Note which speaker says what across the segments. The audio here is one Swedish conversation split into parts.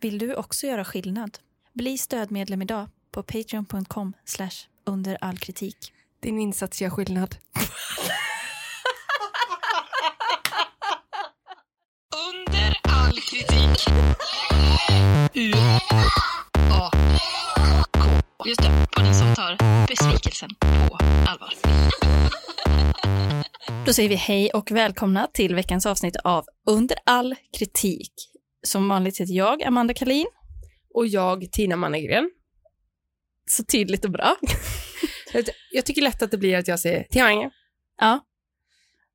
Speaker 1: Vill du också göra skillnad? Bli stödmedlem idag på patreon.com under all kritik.
Speaker 2: Din insats gör skillnad.
Speaker 3: Under all kritik. U A K. Just det, podden som tar besvikelsen på allvar.
Speaker 1: Då säger vi hej och välkomna till veckans avsnitt av Under all kritik. Som vanligt heter jag Amanda Kalin.
Speaker 2: Och jag, Tina Mannegren.
Speaker 1: Så tydligt och bra.
Speaker 2: Jag- Jag tycker lätt att det blir att jag säger Tina Mannegren.
Speaker 1: Ja.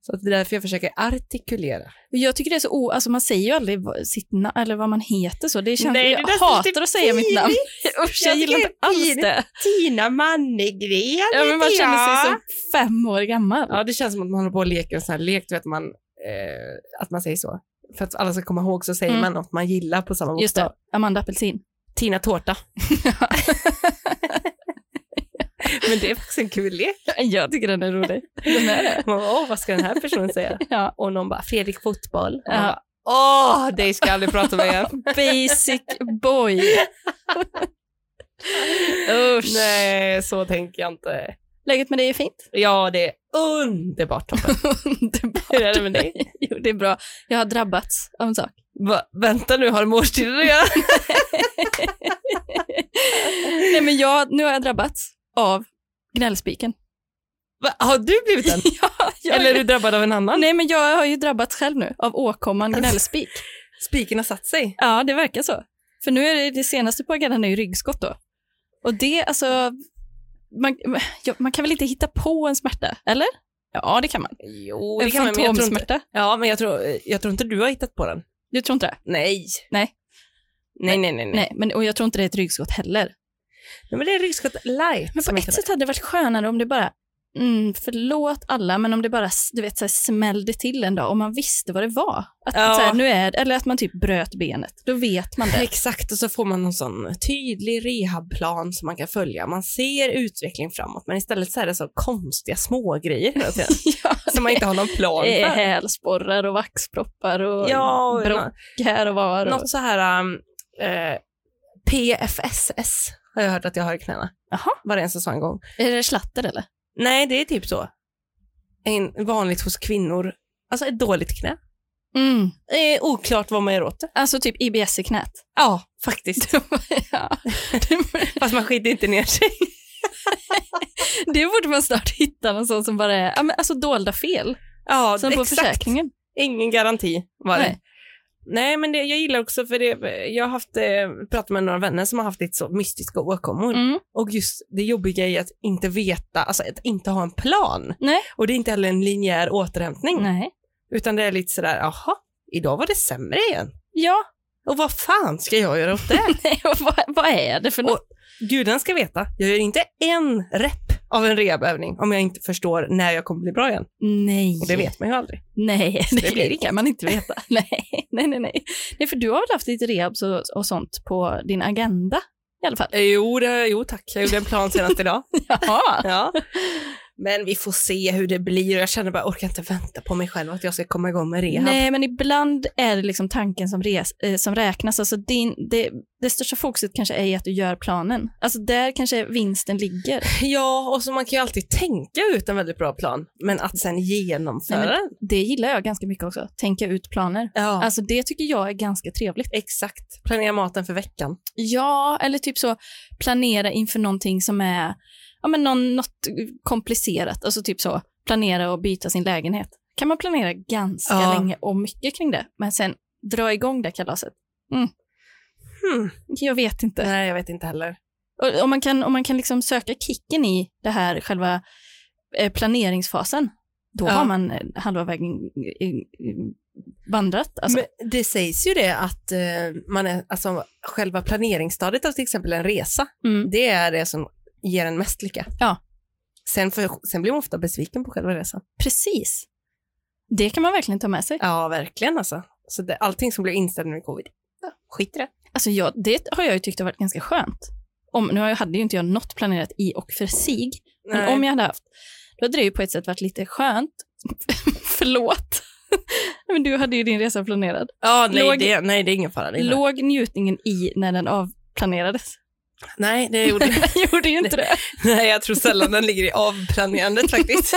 Speaker 2: Så att det är därför jag försöker artikulera.
Speaker 1: Jag tycker det är så o... Alltså man säger ju aldrig vad- sitt namn eller vad man heter så. Det känns...
Speaker 2: Nej, det är
Speaker 1: jag
Speaker 2: nästan
Speaker 1: hatar
Speaker 2: typ
Speaker 1: att säga mitt namn. Usch, jag
Speaker 2: Jag
Speaker 1: gillar
Speaker 2: tycker
Speaker 1: inte
Speaker 2: det är
Speaker 1: alls
Speaker 2: pinigt.
Speaker 1: det.
Speaker 2: Tina Mannegren
Speaker 1: Ja, men man känner sig som fem år gammal.
Speaker 2: Ja, det känns som att man håller på och leker en sån här lek, du vet man, eh, att man säger så. För att alla ska komma ihåg så säger
Speaker 1: Mm.
Speaker 2: man något man gillar på samma
Speaker 1: Just
Speaker 2: bokstav.
Speaker 1: det, Amanda Apelsin.
Speaker 2: Tina Tårta. Men det är faktiskt en kul lek.
Speaker 1: Jag tycker den är rolig. Den är det.
Speaker 2: Man bara, Åh, vad ska den här personen säga?
Speaker 1: Ja.
Speaker 2: Och någon bara, Fredrik Fotboll. Och man
Speaker 1: Ja.
Speaker 2: bara, Åh, dig ska jag aldrig prata med igen.
Speaker 1: Basic boy. Usch.
Speaker 2: Nej, så tänker jag inte.
Speaker 1: Läget med dig är fint.
Speaker 2: Ja, det är underbart. Toppen.
Speaker 1: Underbart.
Speaker 2: Hur är det med dig?
Speaker 1: Jo, det är bra. Jag har drabbats av en sak.
Speaker 2: Va, vänta nu, har måltider att göra?
Speaker 1: Nej, men jag, nu har jag drabbats av gnällspiken.
Speaker 2: Va, Har du blivit en?
Speaker 1: ja, jag,
Speaker 2: Eller är du drabbad av en annan?
Speaker 1: Nej, men jag har ju drabbats själv nu av åkomman gnällspik.
Speaker 2: Spiken har satt sig.
Speaker 1: Ja, det verkar så. För nu är det, det senaste på agendan är ju ryggskott då. Och det, alltså, man, ja, man kan väl inte hitta på en smärta, eller? Ja, det kan man.
Speaker 2: Jo,
Speaker 1: en fantomsmärta.
Speaker 2: Ja, men jag tror, jag tror inte du har hittat på den.
Speaker 1: Du tror inte det?
Speaker 2: Nej.
Speaker 1: Nej.
Speaker 2: Nej, nej, nej. nej.
Speaker 1: Nej, men, och jag tror inte det är ett ryggskott heller.
Speaker 2: Nej, men det är ryggskott light.
Speaker 1: Men
Speaker 2: som
Speaker 1: på
Speaker 2: heter
Speaker 1: ett sätt hade det varit skönare om det bara, mm, förlåt alla, men om det bara du vet, så här, smällde till en dag och man visste vad det var. Att,
Speaker 2: Ja.
Speaker 1: så här, nu är, det- eller att man typ bröt benet, då vet man det.
Speaker 2: Exakt, och så får man någon sån tydlig rehabplan som man kan följa. Man ser utveckling framåt, men istället så är det så konstiga smågrejer hela tiden,
Speaker 1: ja,
Speaker 2: som man inte har någon plan
Speaker 1: det är
Speaker 2: för.
Speaker 1: hälsporrar och vaxproppar och
Speaker 2: Ja, och
Speaker 1: bråck här och var.
Speaker 2: nå-
Speaker 1: Och,
Speaker 2: något så här um, eh, PFSS har jag hört att jag har i knäna.
Speaker 1: Jaha.
Speaker 2: Var det en som sa en gång.
Speaker 1: Är det slatter eller?
Speaker 2: Nej, det är typ så. En, vanligt hos kvinnor. Alltså ett dåligt knä.
Speaker 1: Mm.
Speaker 2: Eh, oklart vad man gör åt det.
Speaker 1: Alltså typ IBS i knät.
Speaker 2: Ja, faktiskt.
Speaker 1: ja.
Speaker 2: Fast man skiter inte ner sig.
Speaker 1: Det borde man snart hitta någon sån som bara är, ja, men alltså dolda fel.
Speaker 2: Ja,
Speaker 1: Som på försäkringen.
Speaker 2: Ingen garanti var det.
Speaker 1: Nej.
Speaker 2: Nej. men det, jag gillar också för det, jag har haft, eh, pratat med några vänner som har haft lite så mystiska åkommor
Speaker 1: Mm.
Speaker 2: och just det jobbiga i att inte veta, alltså att inte ha en plan.
Speaker 1: Nej.
Speaker 2: Och det är inte heller en linjär återhämtning
Speaker 1: Nej.
Speaker 2: utan det är lite sådär, jaha, idag var det sämre igen.
Speaker 1: Ja,
Speaker 2: Och vad fan ska jag göra åt det?
Speaker 1: nej, och vad, vad är det för något?
Speaker 2: Gudarna ska veta, jag gör inte en rep av en rehabövning om jag inte förstår när jag kommer bli bra igen.
Speaker 1: nej.
Speaker 2: Och det vet man ju aldrig.
Speaker 1: Nej, det,
Speaker 2: det blir det
Speaker 1: kan man inte veta. nej, nej, nej, nej. Nej, för du har väl haft lite rehabs och, och sånt på din agenda i alla fall?
Speaker 2: Eh, Jo, det, jo tack, jag gjorde en plan senast idag.
Speaker 1: Jaha.
Speaker 2: Ja. Men vi får se hur det blir och jag känner bara, jag orkar inte vänta på mig själv att jag ska komma igång med rehab.
Speaker 1: Nej, men ibland är det liksom tanken som, res, eh, som räknas. Alltså din, det, det största fokuset kanske är i att du gör planen. Alltså där kanske vinsten ligger.
Speaker 2: Ja, och så man kan ju alltid tänka ut en väldigt bra plan, men att sen genomföra
Speaker 1: Nej, men-
Speaker 2: den.
Speaker 1: Det gillar jag ganska mycket också, tänka ut planer.
Speaker 2: Ja,
Speaker 1: Alltså det tycker jag är ganska trevligt.
Speaker 2: exakt. Planera maten för veckan.
Speaker 1: Ja, eller typ så planera inför någonting som är ja, men någon, något komplicerat. Alltså typ så planera och byta sin lägenhet. Kan man planera ganska
Speaker 2: Ja.
Speaker 1: länge och mycket kring det, men sen dra igång det kalaset. Mm.
Speaker 2: Hmm.
Speaker 1: Jag vet inte.
Speaker 2: Nej, jag vet inte heller.
Speaker 1: Och Om man kan, om man kan liksom söka kicken i det här själva eh, planeringsfasen, då
Speaker 2: Ja.
Speaker 1: har man eh, halva vägen eh, eh, vandrat. Alltså.
Speaker 2: Men det sägs ju det att eh, man är, alltså, själva planeringsstadiet av till exempel en resa,
Speaker 1: mm.
Speaker 2: det är det som ger en mest lycka.
Speaker 1: Ja.
Speaker 2: Sen, för, sen blir man ofta besviken på själva resan.
Speaker 1: Precis. Det kan man verkligen ta med sig.
Speaker 2: Ja, verkligen alltså. Så det, allting som blev inställt med covid, ja, skit i det.
Speaker 1: Alltså jag, det har jag ju tyckt har varit ganska skönt. Om, nu har jag- hade ju inte jag något planerat i och för sig, men
Speaker 2: Nej.
Speaker 1: om jag hade haft, då hade det ju på ett sätt varit lite skönt, förlåt, Men du hade ju din resa planerad.
Speaker 2: Ja, nej,
Speaker 1: Låg-
Speaker 2: det, nej det är ingen fara. Det är ingen fara.
Speaker 1: Låg njutningen i när den avplanerades?
Speaker 2: nej, det gjorde
Speaker 1: Den gjorde ju inte det.
Speaker 2: Nej, jag tror sällan den ligger i avplanerandet faktiskt.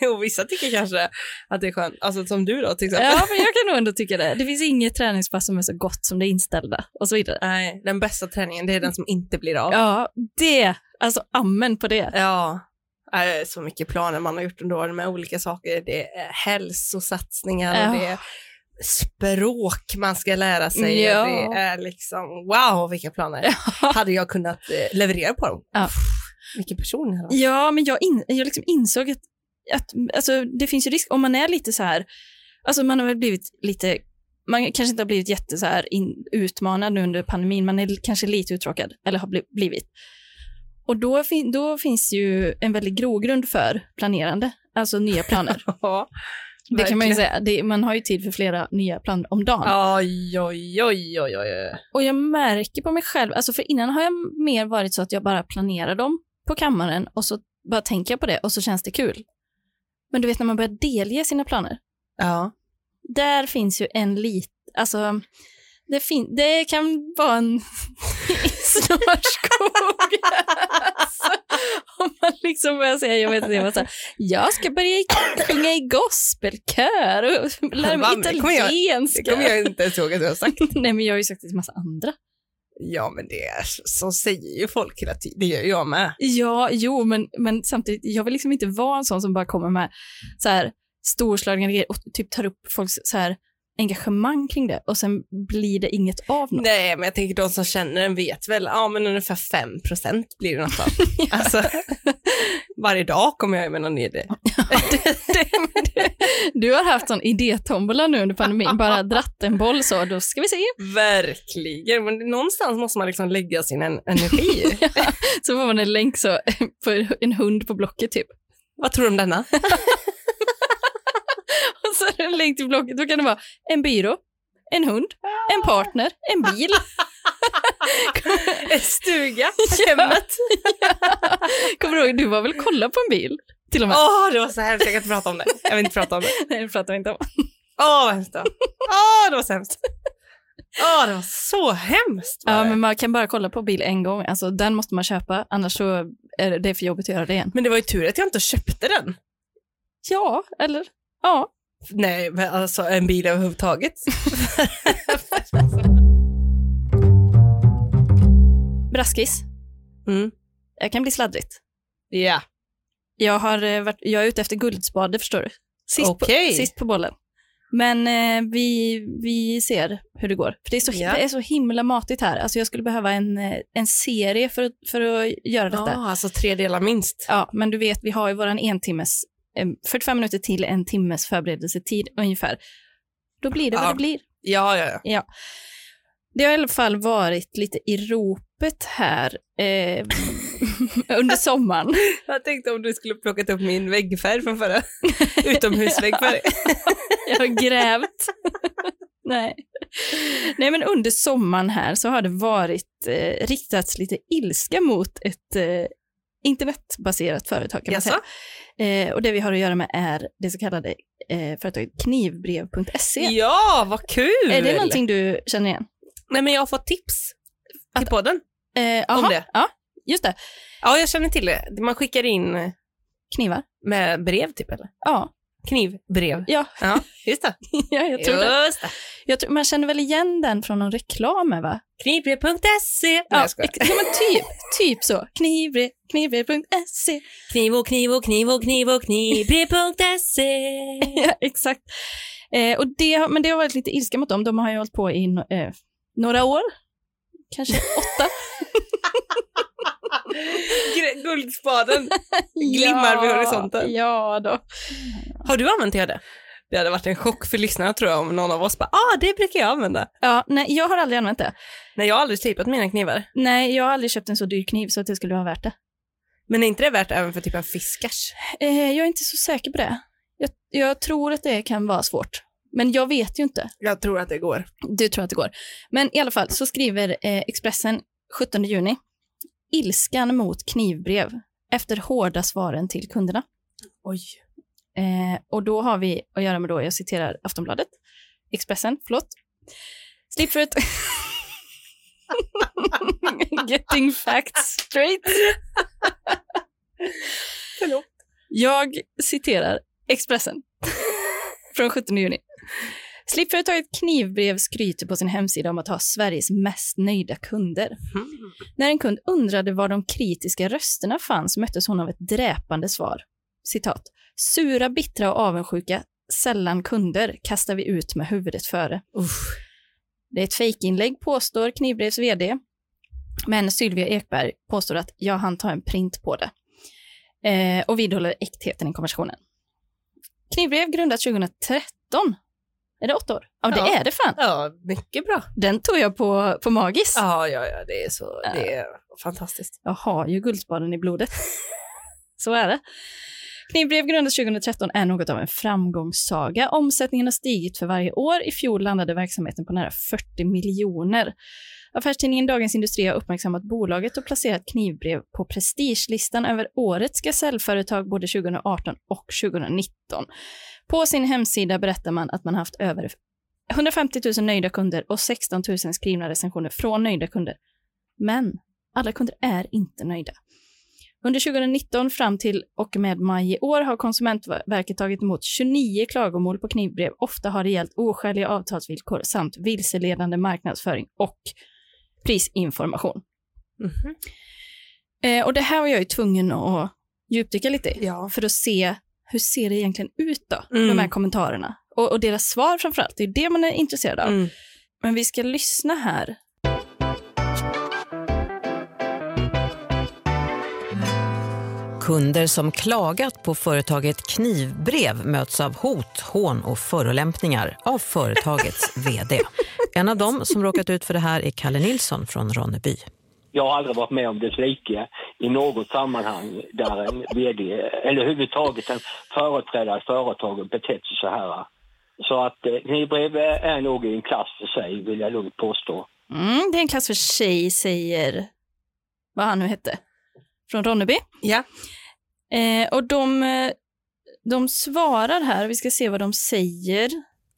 Speaker 2: jo, vissa tycker kanske att det är skönt. Alltså som du då till exempel.
Speaker 1: Ja, men jag kan nog ändå tycka det. Det finns inget träningspass som är så gott som det inställda och så vidare.
Speaker 2: Nej, den bästa träningen det är den som inte blir av.
Speaker 1: Ja, det, alltså amen på det.
Speaker 2: Ja. Nej, Så mycket planer man har gjort under åren med olika saker. Det är hälsosatsningar,
Speaker 1: Ja.
Speaker 2: det är språk man ska lära sig.
Speaker 1: Ja.
Speaker 2: Det är liksom, wow vilka planer. Hade jag kunnat eh, leverera på dem?
Speaker 1: Ja.
Speaker 2: Vilken person jag hade varit.
Speaker 1: Ja, men jag, in, jag liksom insåg att, att alltså, det finns ju risk om man är lite så här, alltså man har väl blivit lite, man kanske inte har blivit jätte så här in, utmanad nu under pandemin, man är kanske lite uttråkad, eller har bli, blivit. Och då, fin, då finns ju en väldigt grogrund för planerande, alltså nya planer.
Speaker 2: Ja,
Speaker 1: det kan man ju
Speaker 2: verkligen.
Speaker 1: säga, det, man har ju tid för flera nya planer om dagen.
Speaker 2: Oj, oj, oj, oj, oj.
Speaker 1: Och jag märker på mig själv, alltså för innan har jag mer varit så att jag bara planerar dem på kammaren och så bara tänker jag på det och så känns det kul. Men du vet när man börjar delge sina planer,
Speaker 2: Ja.
Speaker 1: där finns ju en lit, alltså det, fin- det kan vara en snårskog. alltså, om man liksom börjar säga, jag vet inte, jag, var så här, jag ska börja i- sjunga i gospelkör och lära mig
Speaker 2: Vad, det kommer jag-
Speaker 1: italienska.
Speaker 2: Det kommer jag inte ens ihåg att jag har sagt.
Speaker 1: Nej men jag har ju sagt det till massa andra.
Speaker 2: Ja, men det är, så säger ju folk hela tiden. Det gör ju jag med.
Speaker 1: Ja, jo, men, men samtidigt, jag vill liksom inte vara en sån som bara kommer med så här storslagna grejer och typ tar upp folks så här engagemang kring det och sen blir det inget av något.
Speaker 2: Nej, men jag tänker de som känner den vet väl, ja men ungefär 5 procent blir det något av. alltså, varje dag kommer jag med någon ny idé.
Speaker 1: Du har haft sån idétombola nu under pandemin, bara dratt en boll så, då ska vi se.
Speaker 2: Verkligen, men någonstans måste man liksom lägga sin en- energi.
Speaker 1: Så får man en länk så, på en hund på Blocket typ.
Speaker 2: Vad tror du om denna?
Speaker 1: Och så är det en länk till Blocket, då kan det vara en byrå, en hund, en partner, en bil.
Speaker 2: En stuga, hemmet.
Speaker 1: Kommer du ihåg, du var väl kolla på en bil? Till och med.
Speaker 2: Åh, det var så hemskt, jag kan inte prata om det. Jag vill inte prata om det.
Speaker 1: Nej, det pratar vi inte om.
Speaker 2: Åh, vad hemskt det var. Åh, det var så hemskt. Åh, det var så hemskt. var
Speaker 1: Ja,
Speaker 2: det.
Speaker 1: men man kan bara kolla på bil en gång. Alltså, den måste man köpa, annars så är det- det är för jobbigt att göra det igen.
Speaker 2: men det var ju tur att jag inte köpte den.
Speaker 1: Ja, eller? Ja.
Speaker 2: Nej, men alltså en bil överhuvudtaget.
Speaker 1: Braskis.
Speaker 2: Mm.
Speaker 1: Jag kan bli sladdrigt.
Speaker 2: Ja.
Speaker 1: Jag, har eh, varit, jag är ute efter guldspade, förstår du. Sist,
Speaker 2: Okej.
Speaker 1: på, sist på bollen. Men eh, vi, vi ser hur det går. För det är så,
Speaker 2: Ja.
Speaker 1: det är så himla matigt här. Alltså, jag skulle behöva en, eh, en serie för, att- för att göra detta.
Speaker 2: Ja, alltså tre delar minst.
Speaker 1: Ja, men du vet, vi har ju våran en timmes, eh, 45 minuter till en timmes förberedelsetid ungefär. Då blir det vad
Speaker 2: Ja.
Speaker 1: det blir.
Speaker 2: Ja, ja, ja.
Speaker 1: Det har i alla fall varit lite i ropet här eh, under sommaren.
Speaker 2: Jag tänkte om du skulle plockat upp min väggfärg från förra. Utomhusväggfärg.
Speaker 1: Jag har grävt. Nej. Nej, men under sommaren här så har det varit eh, riktats lite ilska mot ett eh, internetbaserat företag kan man
Speaker 2: Jaså?
Speaker 1: säga. Eh, och det vi har att göra med är det så kallade eh, företaget knivbrev.se.
Speaker 2: Ja, vad kul!
Speaker 1: Är det någonting du känner igen?
Speaker 2: Nej, men jag har fått tips till
Speaker 1: Att-
Speaker 2: podden.
Speaker 1: Eh, aha,
Speaker 2: det?
Speaker 1: Ja, just det.
Speaker 2: Ja, jag känner till det. Man skickar in
Speaker 1: Knivar.
Speaker 2: med brev typ, eller?
Speaker 1: Ja,
Speaker 2: Knivbrev.
Speaker 1: Ja.
Speaker 2: ja just det.
Speaker 1: ja jag tror det.
Speaker 2: just det.
Speaker 1: Jag tror, man känner väl igen den från någon reklam, va?
Speaker 2: Knivbrev.se. Nej, jag skojar.
Speaker 1: ex- ja, men typ, typ så. Knivre, knivre.se.
Speaker 2: Kniv och kniv och kniv och kniv och knivbrev.se.
Speaker 1: Ja, exakt. Eh, och det, har- men det har varit lite ilska mot dem. De har ju hållit på i no- eh, några år. Kanske åtta.
Speaker 2: Gre- Guldspaden. Glimmar vid horisonten.
Speaker 1: Ja, då.
Speaker 2: Har du använt det? Det hade varit en chock för lyssnarna tror jag om någon av oss bara, ah det brukar jag använda.
Speaker 1: Ja, nej, jag har aldrig använt det.
Speaker 2: Nej jag har aldrig slipat mina knivar.
Speaker 1: Nej, jag har aldrig köpt en så dyr kniv så att det skulle vara värt det.
Speaker 2: Men är inte det värt även för typ en fiskars?
Speaker 1: Eh, jag är inte så säker på det. Jag, jag tror att det kan vara svårt. Men jag vet ju inte.
Speaker 2: Jag tror att det går.
Speaker 1: Du tror att det går. Men i alla fall så skriver eh, Expressen 17 juni. Ilskan mot knivbrev efter hårda svaren till kunderna.
Speaker 2: Oj.
Speaker 1: Eh, och då har vi att göra med då, jag citerar Aftonbladet, Expressen, förlåt. Slipfruit. Getting facts straight.
Speaker 2: Förlåt.
Speaker 1: Jag citerar Expressen från 17 juni. Slippföretaget Knivbrev skryter på sin hemsida om att ha Sveriges mest nöjda kunder.
Speaker 2: Mm.
Speaker 1: När en kund undrade var de kritiska rösterna fanns möttes hon av ett dräpande svar. Citat. Sura, bittra och avundsjuka, sällan kunder, kastar vi ut med huvudet före.
Speaker 2: Uff.
Speaker 1: Det är ett fejkinlägg, påstår Knivbrevs vd. Men Sylvia Ekberg påstår att jag hann ta en print på det. Eh, och vidhåller äktheten i konversationen. Knivbrev grundat 2013. Är det åtta år? Ja, det
Speaker 2: Ja.
Speaker 1: är det fan.
Speaker 2: Ja, mycket bra.
Speaker 1: Den tog jag på, på Magis.
Speaker 2: Ja, ja, ja, det är så, det är fantastiskt.
Speaker 1: Jag har ju guldspaden i blodet. Så är det. Knivbrev grundades 2013 är något av en framgångssaga. Omsättningen har stigit för varje år. I fjol landade verksamheten på nära 40 miljoner. Affärstidningen Dagens Industri har uppmärksammat bolaget och placerat knivbrev på prestigelistan över årets gasellföretag både 2018 och 2019. På sin hemsida berättar man att man haft över 150 000 nöjda kunder och 16 000 skrivna recensioner från nöjda kunder. Men alla kunder är inte nöjda. Under 2019 fram till och med maj i år har Konsumentverket tagit emot 29 klagomål på knivbrev. Ofta har det gällt oskäliga avtalsvillkor samt vilseledande marknadsföring och prisinformation.
Speaker 2: Mhm.
Speaker 1: Eh, och det här var jag ju tvungen att djupdyka lite i
Speaker 2: Ja.
Speaker 1: för att se hur ser det egentligen ut då,
Speaker 2: Mm.
Speaker 1: de här kommentarerna. Och, och deras svar framförallt, det är det man är intresserad av.
Speaker 2: Mm.
Speaker 1: Men vi ska lyssna här.
Speaker 4: Kunder som klagat på företaget Knivbrev möts av hot, hån och förolämpningar av företagets vd. En av dem som råkat ut för det här är Kalle Nilsson från Ronneby.
Speaker 5: Jag har aldrig varit med om dess like i något sammanhang där en vd eller överhuvudtaget en företrädare i företaget betett sig så här. Så att eh, knivbrev är nog i en klass för sig, vill jag lugnt påstå.
Speaker 1: Mm, det är en klass för sig, säger vad han nu hette, från Ronneby.
Speaker 2: Ja.
Speaker 1: Eh, och de, eh, de svarar här, vi ska se vad de säger.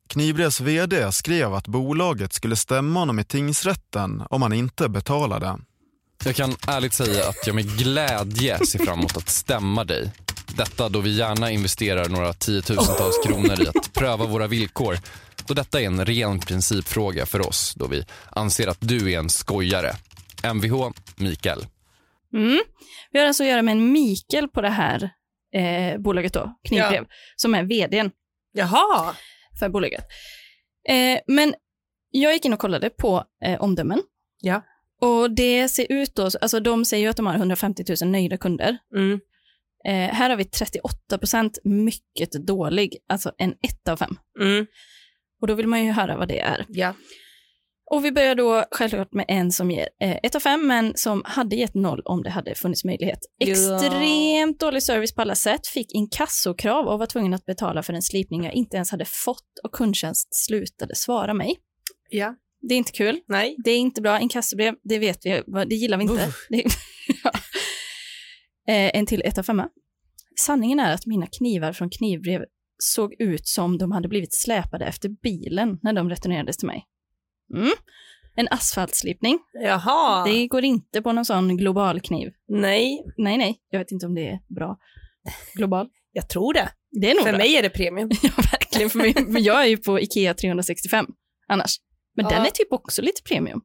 Speaker 6: Knivres vd skrev att bolaget skulle stämma honom i tingsrätten om han inte betalade.
Speaker 7: Jag kan ärligt säga att jag med glädje ser fram emot att stämma dig. Detta då vi gärna investerar några tiotusentals kronor i att pröva våra villkor. Då detta är en ren principfråga för oss då vi anser att du är en skojare. Mvh Mikael.
Speaker 1: Mm. Vi har alltså att göra med en Mikael på det här eh, bolaget då, Knivbrev, som är vdn
Speaker 2: Jaha.
Speaker 1: för bolaget. Eh, men jag gick in och kollade på eh, omdömen.
Speaker 2: Ja.
Speaker 1: Och det ser ut då, alltså de säger ju att de har 150 000 nöjda kunder.
Speaker 2: Mm.
Speaker 1: Eh, här har vi 38 procent mycket dålig, alltså en 1 av 5.
Speaker 2: Mm.
Speaker 1: Och då vill man ju höra vad det är.
Speaker 2: Ja.
Speaker 1: Och vi börjar då självklart med en som ger eh, 1 av 5, men som hade gett 0 om det hade funnits möjlighet.
Speaker 2: Ja.
Speaker 1: Extremt dålig service på alla sätt, fick inkassokrav och var tvungen att betala för en slipning jag inte ens hade fått och kundtjänst slutade svara mig.
Speaker 2: Ja.
Speaker 1: Det är inte kul.
Speaker 2: Nej.
Speaker 1: Det är inte bra. Inkassobrev, det vet vi, vad- det gillar vi inte.
Speaker 2: Uff.
Speaker 1: Det, ja. Eh, En till etta femma. Sanningen är att mina knivar från knivbrev såg ut som de hade blivit släpade efter bilen när de returnerades till mig. Mm. En asfaltslipning.
Speaker 2: Jaha.
Speaker 1: Det går inte på någon sån global kniv.
Speaker 2: Nej.
Speaker 1: Nej, nej, jag vet inte om det är bra. Global.
Speaker 2: Jag tror det.
Speaker 1: Det är nog
Speaker 2: För
Speaker 1: bra.
Speaker 2: mig är det premium.
Speaker 1: Ja, verkligen. För mig, men jag är ju på Ikea 365 annars. Men
Speaker 2: Ja.
Speaker 1: den är typ också lite premium.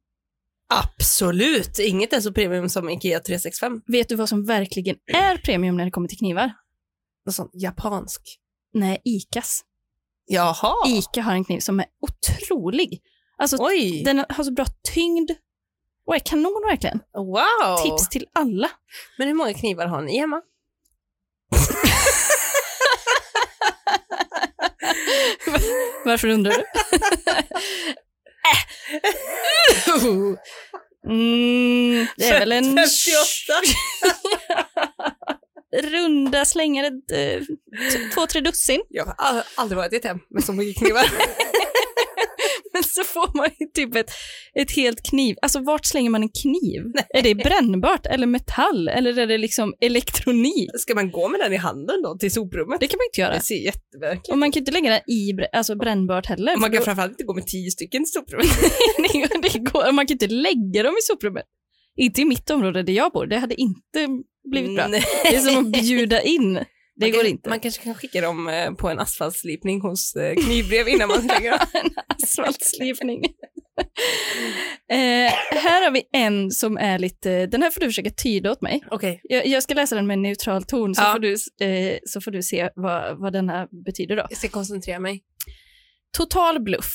Speaker 2: Absolut. Inget är så premium som Ikea 365.
Speaker 1: Vet du vad som verkligen är premium när det kommer till knivar?
Speaker 2: Någon sån japansk.
Speaker 1: Nej, Icas.
Speaker 2: Jaha.
Speaker 1: Ica har en kniv som är otrolig. Alltså,
Speaker 2: Oj.
Speaker 1: den har så bra tyngd och är kanon verkligen.
Speaker 2: Wow.
Speaker 1: Tips till alla.
Speaker 2: Men hur många knivar har ni hemma?
Speaker 1: Varför undrar du? mm, det är väl en
Speaker 2: 58.
Speaker 1: runda slängare, eh, t- två, tre dussin.
Speaker 2: Jag har aldrig varit i ett hem med så mycket knivar.
Speaker 1: Men så får man ju typ ett, ett helt kniv. Alltså vart slänger man en kniv? Är det brännbart eller metall eller är det liksom elektronik?
Speaker 2: Ska man gå med den i handen då till soprummet?
Speaker 1: Det kan man inte göra.
Speaker 2: Det ser jätteverkligt
Speaker 1: Och man kan inte lägga den i brä- alltså brännbart heller.
Speaker 2: ut. Man kan
Speaker 1: för
Speaker 2: framförallt inte gå med tio stycken till soprummet.
Speaker 1: då- det går, man kan inte lägga dem i soprummet. Inte i mitt område där jag bor. Det hade inte blivit bra.
Speaker 2: Mm, Nej.
Speaker 1: Det är som att bjuda in. Det
Speaker 2: man
Speaker 1: går
Speaker 2: kan,
Speaker 1: inte.
Speaker 2: Man kanske kan skicka dem eh, på en asfaltslipning hos eh, knivbrev innan man slänger dem.
Speaker 1: asfaltslipning. eh, här har vi en som är lite, den här får du försöka tyda åt mig.
Speaker 2: Okej.
Speaker 1: Jag, jag ska läsa den med en neutral ton så,
Speaker 2: Ja.
Speaker 1: får, du, eh, så får du se vad, vad denna betyder då.
Speaker 2: Jag ska koncentrera mig.
Speaker 1: Total bluff.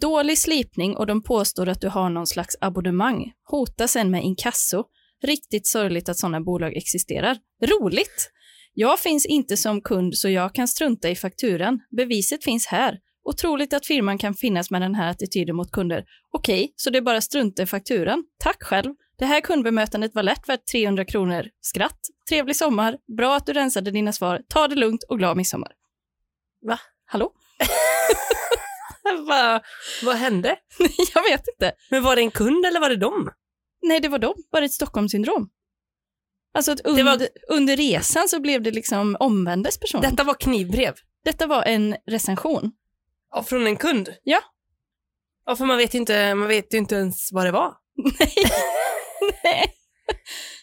Speaker 1: Dålig slipning och de påstår att du har någon slags abonnemang. Hota sen med inkasso. Riktigt sorgligt att sådana bolag existerar. Roligt! Jag finns inte som kund så jag kan strunta i fakturan. Beviset finns här. Otroligt att firman kan finnas med den här attityden mot kunder. Okej, så det är bara strunta i fakturan. Tack själv. Det här kundbemötandet var lätt värt 300 kronor. Skratt. Trevlig sommar. Bra att du rensade dina svar. Ta det lugnt och glad midsommar.
Speaker 2: Va?
Speaker 1: Hallå?
Speaker 2: Vad, vad hände?
Speaker 1: Jag vet inte.
Speaker 2: Men var det en kund eller var det dem?
Speaker 1: Nej, det var dem. Var det ett Stockholmssyndrom? Alltså att under,
Speaker 2: Det var-
Speaker 1: under resan så blev det liksom omvändes person.
Speaker 2: Detta var knivbrev.
Speaker 1: Detta var en recension.
Speaker 2: Ja, från en kund?
Speaker 1: Ja.
Speaker 2: Ja, för man vet, ju inte, man vet ju inte ens vad det var.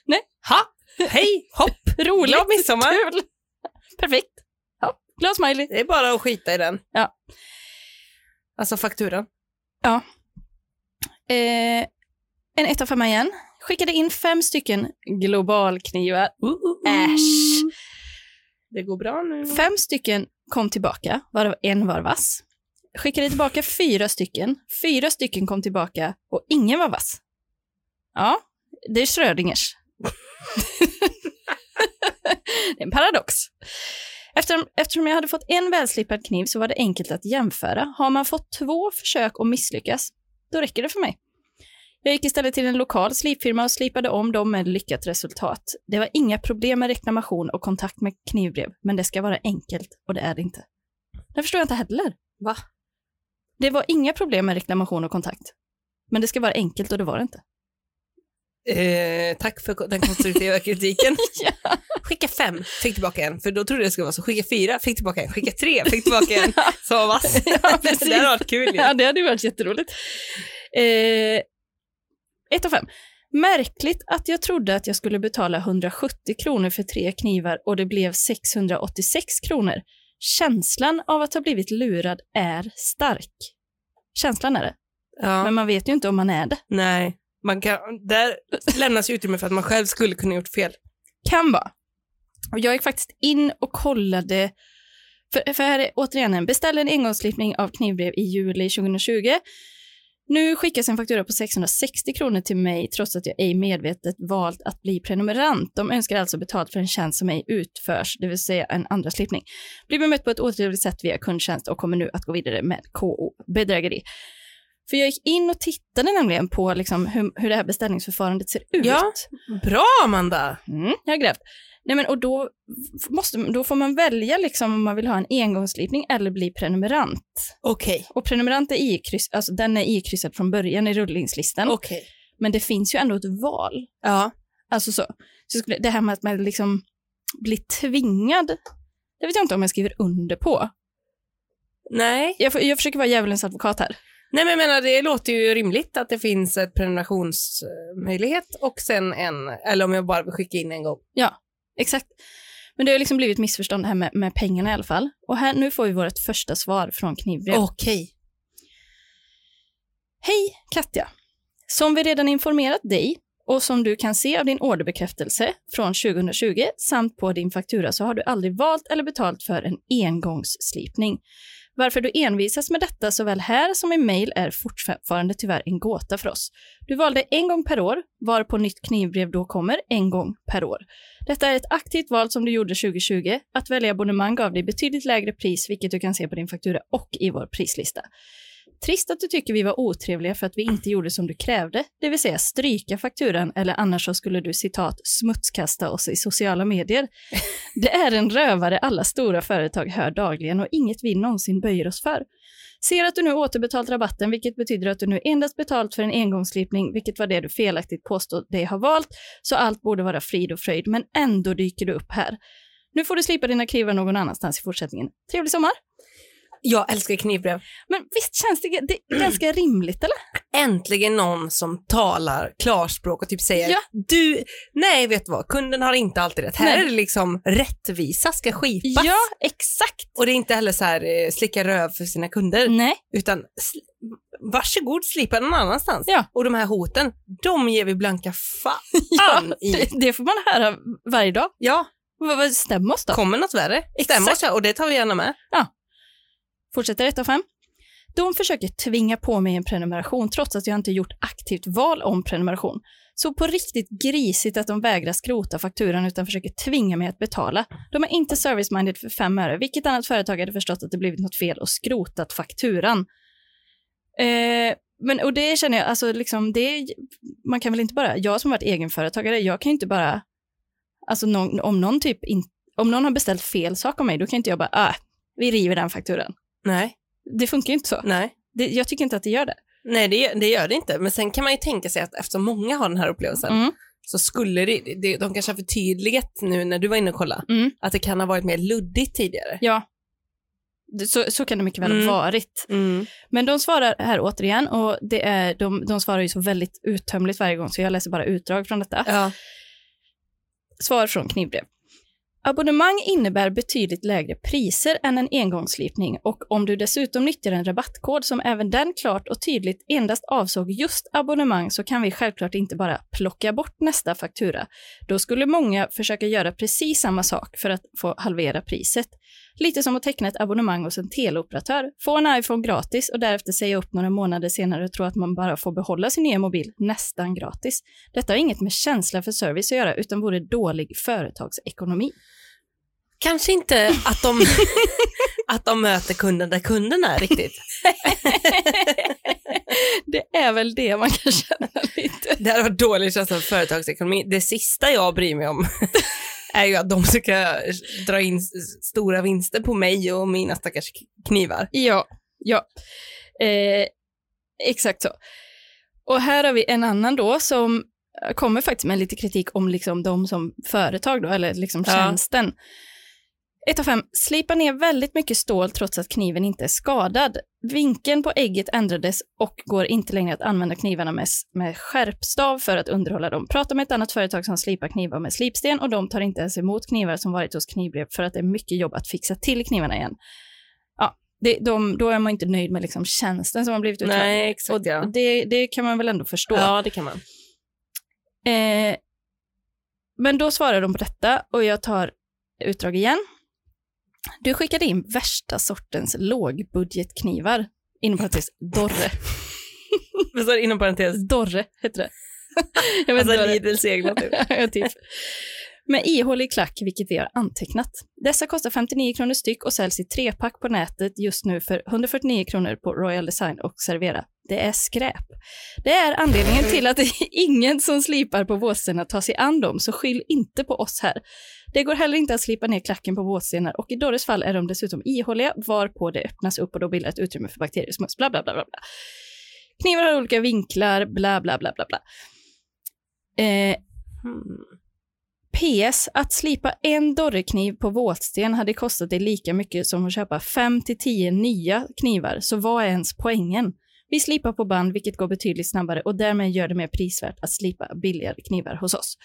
Speaker 1: Nej.
Speaker 2: Ha! Hej! Hopp!
Speaker 1: Roligt!
Speaker 2: Glad midsommar!
Speaker 1: Kul! Perfekt. Ja. Glad smiley.
Speaker 2: Det är bara att skita i den.
Speaker 1: Ja.
Speaker 2: Alltså fakturan.
Speaker 1: Eh, en etta för mig igen. Skickade in fem stycken globalknivar. Äsch!
Speaker 2: Det går bra nu.
Speaker 1: uh, Fem stycken kom tillbaka, varav en var vass. Skickade tillbaka fyra stycken. Fyra stycken kom tillbaka och ingen var vass. Ja, det är Schrödingers. det är en paradox. Eftersom, eftersom jag hade fått en välslipad kniv så var det enkelt att jämföra. Har man fått två försök och misslyckas, då räcker det för mig. Jag gick istället till en lokal slipfirma och slipade om dem med lyckat resultat. Det var inga problem med reklamation och kontakt med knivbrev, men det ska vara enkelt och det är det inte. Det förstår jag inte heller.
Speaker 2: Va?
Speaker 1: Det var inga problem med reklamation och kontakt, men det ska vara enkelt och det var det inte.
Speaker 2: Eh, tack för den konstruktiva kritiken. Skicka fem, fick tillbaka en. För då trodde jag det skulle vara så. Skicka fyra, fick tillbaka en. Skicka tre, fick tillbaka en. Så vad vass.
Speaker 1: Ja, precis.
Speaker 2: det hade varit kul ju.
Speaker 1: Ja, det hade ju varit jätteroligt. Eh, ett av fem. Märkligt att jag trodde att jag skulle betala 170 kronor för tre knivar och det blev 686 kronor. Känslan av att ha blivit lurad är stark. Känslan är det,
Speaker 2: Ja,
Speaker 1: men man vet ju inte om man är det.
Speaker 2: nej. Man kan, där lämnas ju utrymme för att man själv skulle kunna gjort fel.
Speaker 1: Kan vara. Och jag gick faktiskt in och kollade, för, för här är återigen en beställ en engångsslipning av knivbrev i juli 2020. Nu skickas en faktura på 660 kronor till mig trots att jag ej medvetet valt att bli prenumerant. De önskar alltså betalt för en tjänst som ej utförs, det vill säga en andra slipning. Blir bemött på ett otrevligt sätt via kundtjänst och kommer nu att gå vidare med KO bedrägeri. För jag gick in och tittade nämligen på liksom hur, hur det här beställningsförfarandet ser ut.
Speaker 2: Ja. Bra Amanda!
Speaker 1: Mm, jag har grävt. Nej, men, och då, f- måste, då får man välja liksom, om man vill ha en engångslipning eller bli prenumerant.
Speaker 2: Okej.
Speaker 1: Och prenumerant är ikryss, alltså, den är ikryssad från början i rullningslistan.
Speaker 2: Okej.
Speaker 1: Men det finns ju ändå ett val.
Speaker 2: Ja.
Speaker 1: Alltså så. så skulle, det här med att man liksom blir tvingad, det vet jag inte om jag skriver under på.
Speaker 2: Nej.
Speaker 1: Jag, får- jag försöker vara djävulens advokat här.
Speaker 2: Nej men jag menar det låter ju rimligt att det finns ett prenumerationsmöjlighet och sen en, eller om jag bara vill skicka in en gång.
Speaker 1: Exakt. Men det har liksom blivit missförstånd det här med, med pengarna i alla fall. Och här, nu får vi vårt första svar från knivbrev.
Speaker 2: Okej.
Speaker 1: Hej Katja! Som vi redan informerat dig och som du kan se av din orderbekräftelse från 2020 samt på din faktura så har du aldrig valt eller betalt för en engångsslipning. Varför du envisas med detta såväl här som i mejl är fortfarande tyvärr en gåta för oss. Du valde en gång per år, varpå nytt knivbrev då kommer en gång per år. Detta är ett aktivt val som du gjorde 2020. Att välja abonnemang gav dig betydligt lägre pris, vilket du kan se på din faktura och i vår prislista. Trist att du tycker vi var otrevliga för att vi inte gjorde som du krävde, det vill säga stryka fakturan eller annars så skulle du citat smutskasta oss i sociala medier. Det är en rövare alla stora företag hör dagligen och inget vi någonsin böjer oss för. Ser att du nu återbetalt rabatten, vilket betyder att du nu endast betalt för en engångsklippning, vilket var det du felaktigt påstod dig ha valt, så allt borde vara frid och fröjd, men ändå dyker du upp här. Nu får du slipa dina knivar någon annanstans i fortsättningen. Trevlig sommar!
Speaker 2: Jag älskar knivbrev.
Speaker 1: Men visst känns det, det är ganska rimligt, eller?
Speaker 2: Äntligen någon som talar klarspråk och typ säger
Speaker 1: Ja.
Speaker 2: du, nej vet du vad, kunden har inte alltid rätt. Här
Speaker 1: Nej.
Speaker 2: är det liksom rättvisa ska skipas.
Speaker 1: Ja, exakt.
Speaker 2: Och det är inte heller så här eh, slicka röv för sina kunder,
Speaker 1: Nej,
Speaker 2: utan sl- varsågod slipa någon annanstans.
Speaker 1: Ja.
Speaker 2: Och de här hoten, de ger vi blanka fan
Speaker 1: ja,
Speaker 2: i.
Speaker 1: det, det får man höra varje dag.
Speaker 2: Ja,
Speaker 1: Vad- vad- Stäm oss då.
Speaker 2: kommer något värre, stäm
Speaker 1: Exakt.
Speaker 2: oss här, och det tar vi gärna med.
Speaker 1: Fortsätter 1 av 5. De försöker tvinga på mig en prenumeration trots att jag inte gjort aktivt val om prenumeration. Så på riktigt grisigt att de vägrar skrota fakturan utan försöker tvinga mig att betala. De är inte service-minded för fem öre. Vilket annat företag hade förstått att det blivit något fel och skrotat fakturan? Eh, men och det känner jag, alltså liksom det, är- man kan väl inte bara, jag som varit egenföretagare, jag kan ju inte bara, alltså någon, om någon typ, in, om någon har beställt fel sak av mig, då kan inte jag bara, ah, vi river den fakturan.
Speaker 2: Nej,
Speaker 1: Det funkar ju inte så.
Speaker 2: nej.
Speaker 1: Det, jag tycker inte att det gör det.
Speaker 2: Nej, det, det gör det inte. Men sen kan man ju tänka sig att eftersom många har den här upplevelsen
Speaker 1: Mm.
Speaker 2: så skulle det, det, de kanske har förtydligat nu när du var inne och kollade,
Speaker 1: Mm.
Speaker 2: att det kan ha varit mer luddigt tidigare.
Speaker 1: Ja. Det- Så, så kan det mycket väl ha
Speaker 2: Mm.
Speaker 1: varit. Men de svarar här återigen och det är, de, de svarar ju så väldigt uttömligt varje gång så jag läser bara utdrag från detta.
Speaker 2: Ja.
Speaker 1: Svar från Knivbrev. Abonnemang innebär betydligt lägre priser än en engångsslipning och om du dessutom nyttjar en rabattkod som även den klart och tydligt endast avsåg just abonnemang så kan vi självklart inte bara plocka bort nästa faktura. Då skulle många försöka göra precis samma sak för att få halvera priset. Lite som att teckna ett abonnemang hos en teleoperatör, få en iPhone gratis och därefter säga upp några månader senare och tro att man bara får behålla sin nya mobil nästan gratis. Detta har inget med känsla för service att göra utan vore dålig företagsekonomi.
Speaker 2: Kanske inte att de, att de möter kunden där kunden är riktigt.
Speaker 1: Det är väl det man kan känna lite.
Speaker 2: Det här var dålig känsla för företagsekonomi. Det sista jag bryr mig om är ju att de ska dra in s- stora vinster på mig och mina stackars knivar.
Speaker 1: Ja, ja. Eh, exakt så. Och här har vi en annan då som eh, kommer faktiskt med lite kritik om liksom de som företag då, eller liksom
Speaker 2: Ja.
Speaker 1: tjänsten. 1 av 5. Slipa ner väldigt mycket stål trots att kniven inte är skadad. Vinkeln på ägget ändrades och går inte längre att använda knivarna med, s- med skärpstav för att underhålla dem. Prata med ett annat företag som slipar knivar med slipsten och de tar inte ens emot knivar som varit hos knivbrev för att det är mycket jobb att fixa till knivarna igen. Ja, det, de, då är man inte nöjd med liksom tjänsten som har blivit utlagd.
Speaker 2: Nej,
Speaker 1: Och
Speaker 2: exakt. Ja.
Speaker 1: det, det kan man väl ändå förstå.
Speaker 2: ja, det kan man.
Speaker 1: Eh, men då svarar de på detta och jag tar utdrag igen. Du skickade in värsta sortens lågbudgetknivar. Inom parentes Dorre.
Speaker 2: Men så inom parentes,
Speaker 1: Dorre heter det. jag vet inte
Speaker 2: alltså
Speaker 1: vad det-
Speaker 2: Lidls egna typ.
Speaker 1: Ja, typ. Med ihålig klack, vilket vi har antecknat. Dessa kostar 59 kronor styck och säljs i trepack på nätet just nu för 149 kronor på Royal Design och Servera. Det är skräp. Det är anledningen till att det är ingen som slipar på våtstenar tar sig an dem, så skyll inte på oss här. Det går heller inte att slipa ner klacken på våtstenar och i Dorres fall är de dessutom ihåliga, varpå det öppnas upp och då bildar ett utrymme för bakterier och smuts. Bla, bla, bla, bla, bla. Knivar har olika vinklar, bla, bla, bla, bla, bla. Eh, PS, att slipa en dorrekniv på våtsten hade kostat dig lika mycket som att köpa 5-10 nya knivar, så vad är ens poängen? Vi slipar på band, vilket går betydligt snabbare och därmed gör det mer prisvärt att slipa billigare knivar hos oss.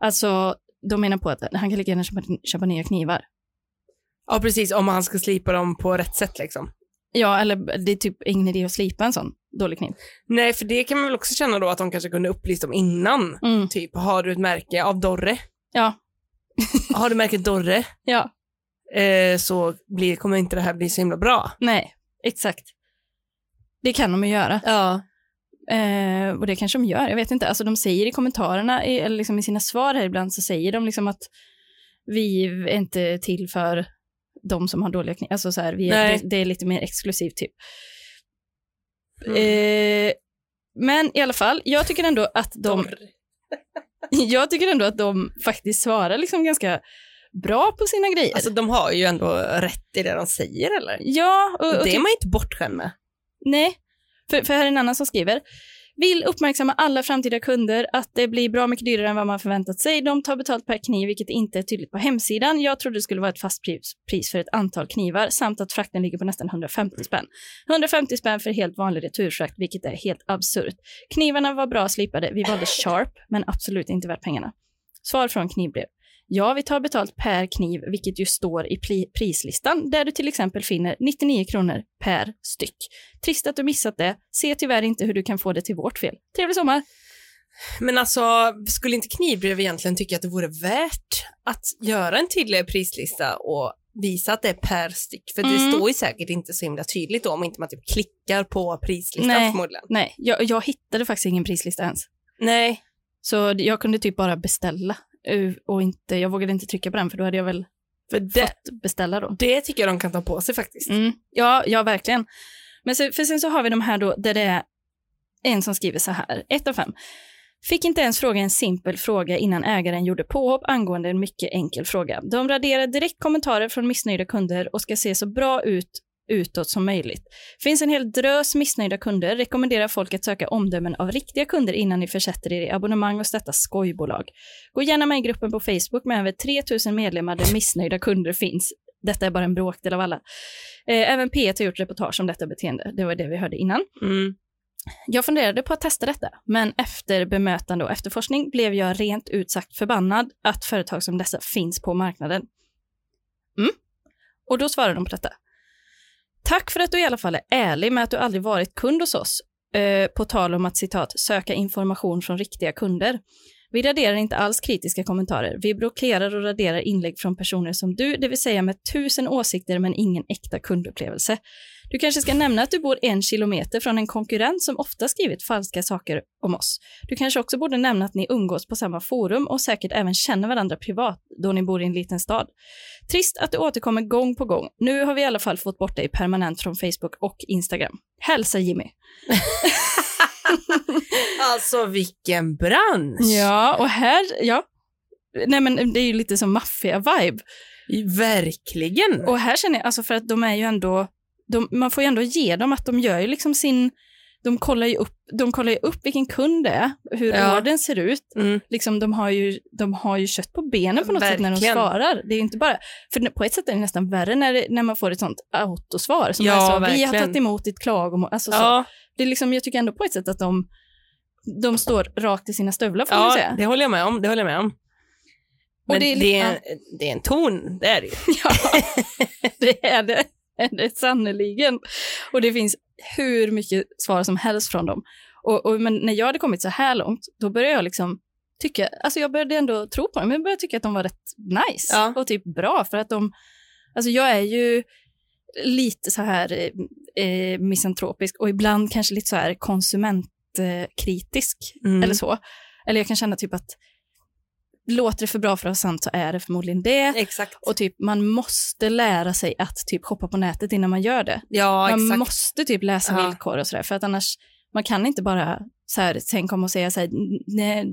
Speaker 1: Alltså, de menar på att han kan lika gärna köpa, köpa nya knivar.
Speaker 2: Ja, precis. Om han ska slipa dem på rätt sätt liksom.
Speaker 1: Ja, eller det är typ ingen idé att slipa en sån dålig kniv.
Speaker 2: Nej, för det kan man väl också känna då att de kanske kunde upplyst om innan.
Speaker 1: Mm.
Speaker 2: Typ, har du ett märke av Dorre?
Speaker 1: Ja.
Speaker 2: har du märket Dorre
Speaker 1: Ja,
Speaker 2: eh, så blir, kommer inte det här bli så himla bra.
Speaker 1: nej, exakt. Det kan de ju göra.
Speaker 2: Ja.
Speaker 1: Eh, och det kanske de gör, jag vet inte. Alltså de säger i kommentarerna, i- eller liksom i sina svar här ibland, så säger de liksom att vi är inte till för de som har dåliga knivar. Alltså så här, vi är,
Speaker 2: Nej.
Speaker 1: det, det är lite mer exklusivt typ.
Speaker 2: Mm.
Speaker 1: Eh, men i alla fall, jag tycker ändå att de, jag tycker ändå att de faktiskt svarar liksom ganska bra på sina grejer.
Speaker 2: Alltså de har ju ändå rätt i det de säger eller?
Speaker 1: ja, och, och
Speaker 2: Det
Speaker 1: typ-
Speaker 2: är man ju inte bortskämd med.
Speaker 1: Nej, för, för här är en annan som skriver. Vill uppmärksamma alla framtida kunder att det blir bra mycket dyrare än vad man förväntat sig. De tar betalt per kniv, vilket inte är tydligt på hemsidan. Jag trodde det skulle vara ett fast pris, pris för ett antal knivar samt att frakten ligger på nästan 150 spänn. 150 spänn för helt vanlig returfrakt, vilket är helt absurt. Knivarna var bra slipade. Vi valde sharp, men absolut inte värt pengarna. Svar från knivbrev. Ja, vi tar betalt per kniv, vilket ju står i pri- prislistan, där du till exempel finner 99 kronor per styck. Trist att du missat det. Se tyvärr inte hur du kan få det till vårt fel. Trevlig sommar!
Speaker 2: Men alltså, skulle inte knivbrev egentligen tycka att det vore värt att göra en tydligare prislista och visa att det är per styck? För det
Speaker 1: Mm.
Speaker 2: står ju säkert inte så himla tydligt då, om inte man typ klickar på prislistan
Speaker 1: Nej.
Speaker 2: förmodligen.
Speaker 1: Nej, jag, jag hittade faktiskt ingen prislista ens.
Speaker 2: Nej,
Speaker 1: Så d- jag kunde typ bara beställa eh, och inte, jag vågade inte trycka på den för då hade jag väl
Speaker 2: för det,
Speaker 1: fått beställa då.
Speaker 2: det tycker jag de kan ta på sig faktiskt.
Speaker 1: Mm. Ja, ja, verkligen. Men så, för sen så har vi de här då, där det är en som skriver så här, ett av fem. Fick inte ens fråga en simpel fråga innan ägaren gjorde påhopp angående en mycket enkel fråga. De raderar direkt kommentarer från missnöjda kunder och ska se så bra ut utåt som möjligt. Finns en hel drös missnöjda kunder, rekommenderar folk att söka omdömen av riktiga kunder innan ni försätter er i abonnemang hos detta skojbolag. Gå gärna med i gruppen på Facebook med över 3000 medlemmar där missnöjda kunder finns. Detta är bara en bråkdel av alla. Eh, Även P1 har gjort reportage om detta beteende. Det var det vi hörde innan.
Speaker 2: Mm.
Speaker 1: Jag funderade på att testa detta, men efter bemötande och efterforskning blev jag rent ut sagt förbannad att företag som dessa finns på marknaden. Mm. Och då svarade de på detta. Tack för att du i alla fall är ärlig med att du aldrig varit kund hos oss, eh, på tal om att citat söka information från riktiga kunder. Vi raderar inte alls kritiska kommentarer. Vi blockerar och raderar inlägg från personer som du, det vill säga med tusen åsikter men ingen äkta kundupplevelse. Du kanske ska nämna att du bor en kilometer från en konkurrent som ofta skrivit falska saker om oss. Du kanske också borde nämna att ni umgås på samma forum och säkert även känner varandra privat då ni bor i en liten stad. Trist att du återkommer gång på gång. Nu har vi i alla fall fått bort dig permanent från Facebook och Instagram. Hälsa Jimmy.
Speaker 2: Alltså vilken bransch!
Speaker 1: Ja, och här, ja. Nej men det är ju lite som maffia-vibe.
Speaker 2: Verkligen!
Speaker 1: Och här känner jag, alltså för att de är ju ändå, de, man får ju ändå ge dem att de gör ju liksom sin, de kollar ju upp, de kollar ju upp vilken kund det är, hur
Speaker 2: Ja.
Speaker 1: ordern ser ut.
Speaker 2: Mm.
Speaker 1: Liksom de, har ju, de har ju kött på benen på något sätt när de
Speaker 2: Verkligen.
Speaker 1: svarar. Det är ju inte bara, för på ett sätt är det nästan värre när, det, när man får ett sånt autosvar som
Speaker 2: Ja,
Speaker 1: är så, vi har
Speaker 2: verkligen.
Speaker 1: tagit emot ditt klagomål. Alltså så.
Speaker 2: ja,
Speaker 1: Det är liksom, jag tycker ändå på ett sätt att de, de står rakt i sina stövlar får man
Speaker 2: ja
Speaker 1: säga.
Speaker 2: det håller jag med om. Det håller jag med om.
Speaker 1: Och
Speaker 2: Men
Speaker 1: det
Speaker 2: det,
Speaker 1: är
Speaker 2: är
Speaker 1: li-
Speaker 2: det, är, det är en ton, det är det ju.
Speaker 1: Ja, det är det. Det är sannerligen. Och det finns hur mycket svar som helst från dem. Och, och, men när jag hade kommit så här långt, då började jag liksom tycka, alltså jag började ändå tro på dem, jag började tycka att de var rätt nice
Speaker 2: Ja.
Speaker 1: och typ bra för att de, alltså jag är ju lite så här eh, eh, misantropisk och ibland kanske lite så här konsumentkritisk
Speaker 2: Mm.
Speaker 1: eller så. Eller jag kan känna typ att låter det för bra för att vara sant så är det förmodligen det.
Speaker 2: Exakt.
Speaker 1: Och typ, man måste lära sig att typ shoppa på nätet innan man gör det.
Speaker 2: ja,
Speaker 1: man
Speaker 2: exakt.
Speaker 1: måste typ läsa
Speaker 2: Ja.
Speaker 1: villkor och sådär, för att annars, man kan inte bara så här, sen komma och säga så här, nej,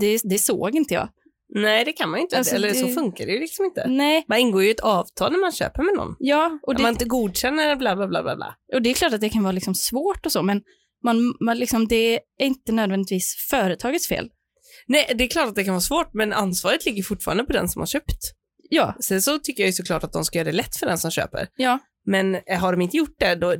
Speaker 1: det, det såg inte jag.
Speaker 2: Nej, det kan man ju inte.
Speaker 1: Alltså,
Speaker 2: Eller så
Speaker 1: det-
Speaker 2: funkar det ju liksom inte.
Speaker 1: Nej,
Speaker 2: Man ingår ju ett avtal när man köper med någon.
Speaker 1: ja, och
Speaker 2: Om
Speaker 1: det,
Speaker 2: man inte godkänner bla bla bla bla bla.
Speaker 1: och det är klart att det kan vara liksom svårt och så, men man, man liksom, det är inte nödvändigtvis företagets fel.
Speaker 2: Nej, det är klart att det kan vara svårt, men ansvaret ligger fortfarande på den som har köpt.
Speaker 1: Ja,
Speaker 2: Sen så tycker jag ju såklart att de ska göra det lätt för den som köper.
Speaker 1: ja,
Speaker 2: Men eh, har de inte gjort det, då,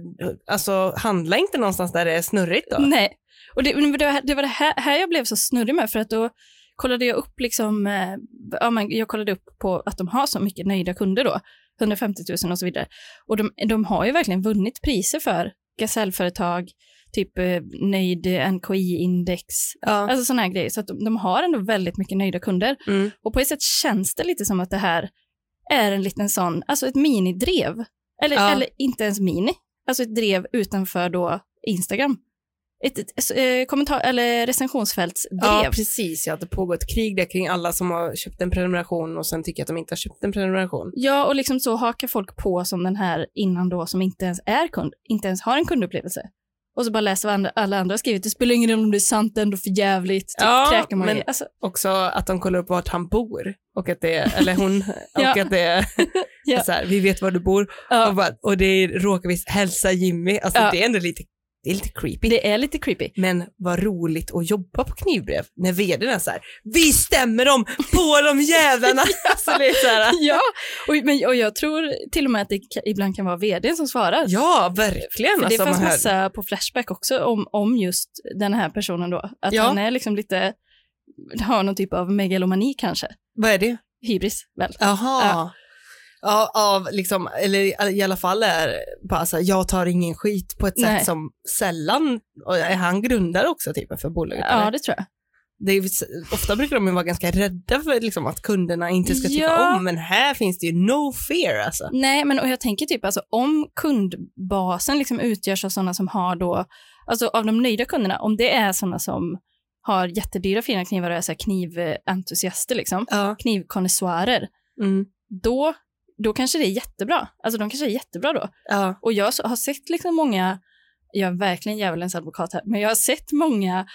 Speaker 2: alltså handla inte någonstans där det är snurrigt då.
Speaker 1: nej. Och det, men det var det, var det här, här jag blev så snurrig med, för att då kollade jag upp liksom, eh, ja, men jag kollade upp på att de har så mycket nöjda kunder då, 150 000 och så vidare. Och de, de har ju verkligen vunnit priser för gasellföretag, typ eh, nöjd NKI-index,
Speaker 2: Ja.
Speaker 1: alltså sådana här grejer. Så att de, de har ändå väldigt mycket nöjda kunder.
Speaker 2: Mm.
Speaker 1: Och på ett sätt känns det lite som att det här är en liten sån, alltså ett minidrev. Eller,
Speaker 2: Ja.
Speaker 1: eller inte ens mini, alltså ett drev utanför då Instagram. Ett, ett eh, kommentar eller recensionsfältsdrev.
Speaker 2: ja, precis. Ja, att det pågår ett krig där kring alla som har köpt en prenumeration och sen tycker att de inte har köpt en prenumeration.
Speaker 1: Ja, och liksom så hakar folk på som den här innan då som inte ens är kund, inte ens har en kundupplevelse. Och så bara läser vad andra, alla andra har skrivit. Det spelar ingen roll om det är sant, det är ändå för jävligt. Typ,
Speaker 2: Ja,
Speaker 1: kräkar man
Speaker 2: men-
Speaker 1: i. Alltså,
Speaker 2: Också att de kollar upp vart han bor och att det är, eller hon,
Speaker 1: Ja.
Speaker 2: och att det är
Speaker 1: Ja.
Speaker 2: så här, vi vet var du bor
Speaker 1: Ja.
Speaker 2: och, bara, och det är, råkar vi hälsa Jimmy. Alltså
Speaker 1: Ja.
Speaker 2: det är ändå lite, det är lite creepy.
Speaker 1: det är lite creepy.
Speaker 2: Men vad roligt att jobba på knivbrev när vdn är så här, vi stämmer dem på de jävlarna. alltså det är så här,
Speaker 1: ja, och, men, och jag tror till och med att det ka- ibland kan vara vdn som svarar.
Speaker 2: ja verkligen.
Speaker 1: För det
Speaker 2: alltså,
Speaker 1: fanns
Speaker 2: man hör-
Speaker 1: massa på Flashback också om, om just den här personen då. Att
Speaker 2: Ja.
Speaker 1: han är liksom lite, har någon typ av megalomani kanske.
Speaker 2: Vad är det?
Speaker 1: Hybris väl?
Speaker 2: Jaha.
Speaker 1: Ja.
Speaker 2: Äh, Ja. av liksom, eller i alla fall är bara så här, jag tar ingen skit på ett
Speaker 1: Nej.
Speaker 2: sätt som sällan, och är han grundare också typen för bolaget?
Speaker 1: Ja,
Speaker 2: eller?
Speaker 1: det tror jag.
Speaker 2: Det är, ofta brukar de ju vara ganska rädda för liksom, att kunderna inte ska tycka
Speaker 1: Ja.
Speaker 2: om, men här finns det ju no fear alltså.
Speaker 1: Nej, men och jag tänker typ alltså om kundbasen liksom utgörs av sådana som har då, alltså av de nöjda kunderna, om det är sådana som har jättedyra fina knivar och är så här kniventusiaster liksom,
Speaker 2: Ja.
Speaker 1: knivkonnässörer,
Speaker 2: Mm.
Speaker 1: då, då kanske det är jättebra. Alltså de kanske är jättebra då.
Speaker 2: ja.
Speaker 1: Och jag har sett liksom många, jag är verkligen djävulens advokat här, men jag har sett många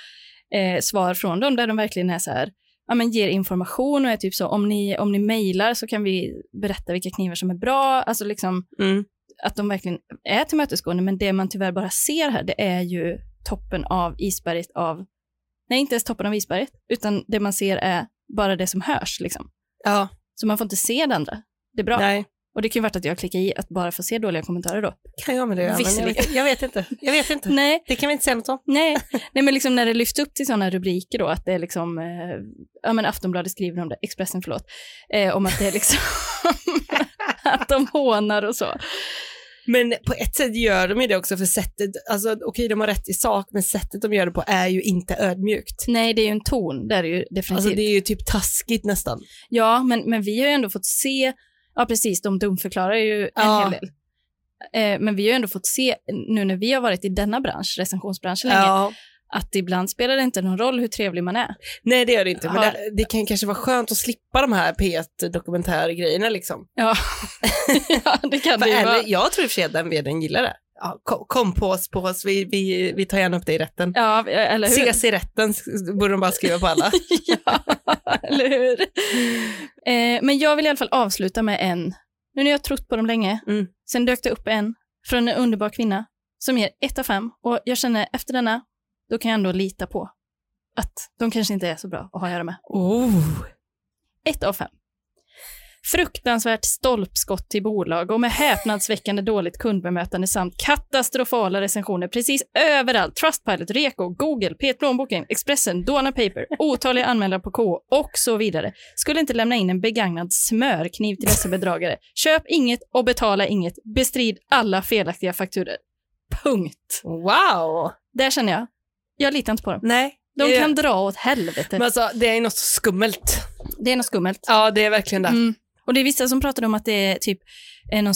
Speaker 1: eh, svar från dem där de verkligen är så här, ja men ger information och är typ så, om ni, om ni mejlar så kan vi berätta vilka knivar som är bra, alltså liksom
Speaker 2: Mm.
Speaker 1: att de verkligen är tillmötesgående, men det man tyvärr bara ser här, det är ju toppen av isberget av, nej inte ens toppen av isberget, utan det man ser är bara det som hörs liksom.
Speaker 2: ja.
Speaker 1: Så man får inte se det andra. Det är bra.
Speaker 2: Nej.
Speaker 1: Och det kan ju varit att jag klickar i att bara få se dåliga kommentarer då.
Speaker 2: Kan jag med det ja, men jag,
Speaker 1: Visserligen.
Speaker 2: vet, jag vet inte. Jag vet inte.
Speaker 1: Nej,
Speaker 2: Det kan vi inte säga något om.
Speaker 1: Nej, nej men liksom när det lyfts upp till sådana rubriker då, att det är liksom, eh, ja men Aftonbladet skriver om det, Expressen förlåt, eh, om att det är liksom, att de hånar och så.
Speaker 2: Men på ett sätt gör de ju det också för sättet, alltså okej de har rätt i sak, men sättet de gör det på är ju inte ödmjukt.
Speaker 1: Nej, det är ju en ton, det är det ju definitivt.
Speaker 2: Alltså det är ju typ taskigt nästan.
Speaker 1: Ja, men, men vi har ju ändå fått se, ja precis, de dumförklarar ju en
Speaker 2: Ja.
Speaker 1: hel del. Eh, men vi har ju ändå fått se, nu när vi har varit i denna bransch, recensionsbranschen länge, att ibland spelar det inte någon roll hur trevlig man är.
Speaker 2: Nej det gör det inte, men
Speaker 1: Har-
Speaker 2: det, det kan ju kanske vara skönt att slippa de här P1-dokumentärgrejerna liksom.
Speaker 1: Ja, ja det kan
Speaker 2: För
Speaker 1: det ju vara.
Speaker 2: eller, jag tror i och för sig att den vdn gillar det. Ja, kom, kom på oss, på oss, vi, vi, vi tar gärna upp det i rätten.
Speaker 1: Ja, eller hur?
Speaker 2: Ses i rätten, s- borde de bara skriva på alla.
Speaker 1: ja, eller hur? Eh, men jag vill i alla fall avsluta med en. Nu när jag har trott på dem länge,
Speaker 2: Mm.
Speaker 1: sen dök det upp en från en underbar kvinna som ger 1 av 5 och jag känner efter denna, då kan jag ändå lita på att de kanske inte är så bra att ha att göra med.
Speaker 2: oh.
Speaker 1: 1 av 5. Fruktansvärt stolpskott till bolag och med häpnadsväckande dåligt kundbemötande samt katastrofala recensioner precis överallt. Trustpilot, Reko, Google, p Plånboken, Expressen, Dona Paper, otaliga anmälningar på K och så vidare. Skulle inte lämna in en begagnad smörkniv till dessa bedragare. Köp inget och betala inget. Bestrid alla felaktiga fakturer. Punkt.
Speaker 2: Wow!
Speaker 1: Där känner jag, jag litar inte på dem.
Speaker 2: Nej.
Speaker 1: De
Speaker 2: eh,
Speaker 1: kan dra åt helvete.
Speaker 2: Men alltså det är något skummelt.
Speaker 1: Det är något skummelt.
Speaker 2: Ja det är verkligen det.
Speaker 1: Mm. Och det är vissa som pratade om att det är typ eh, någon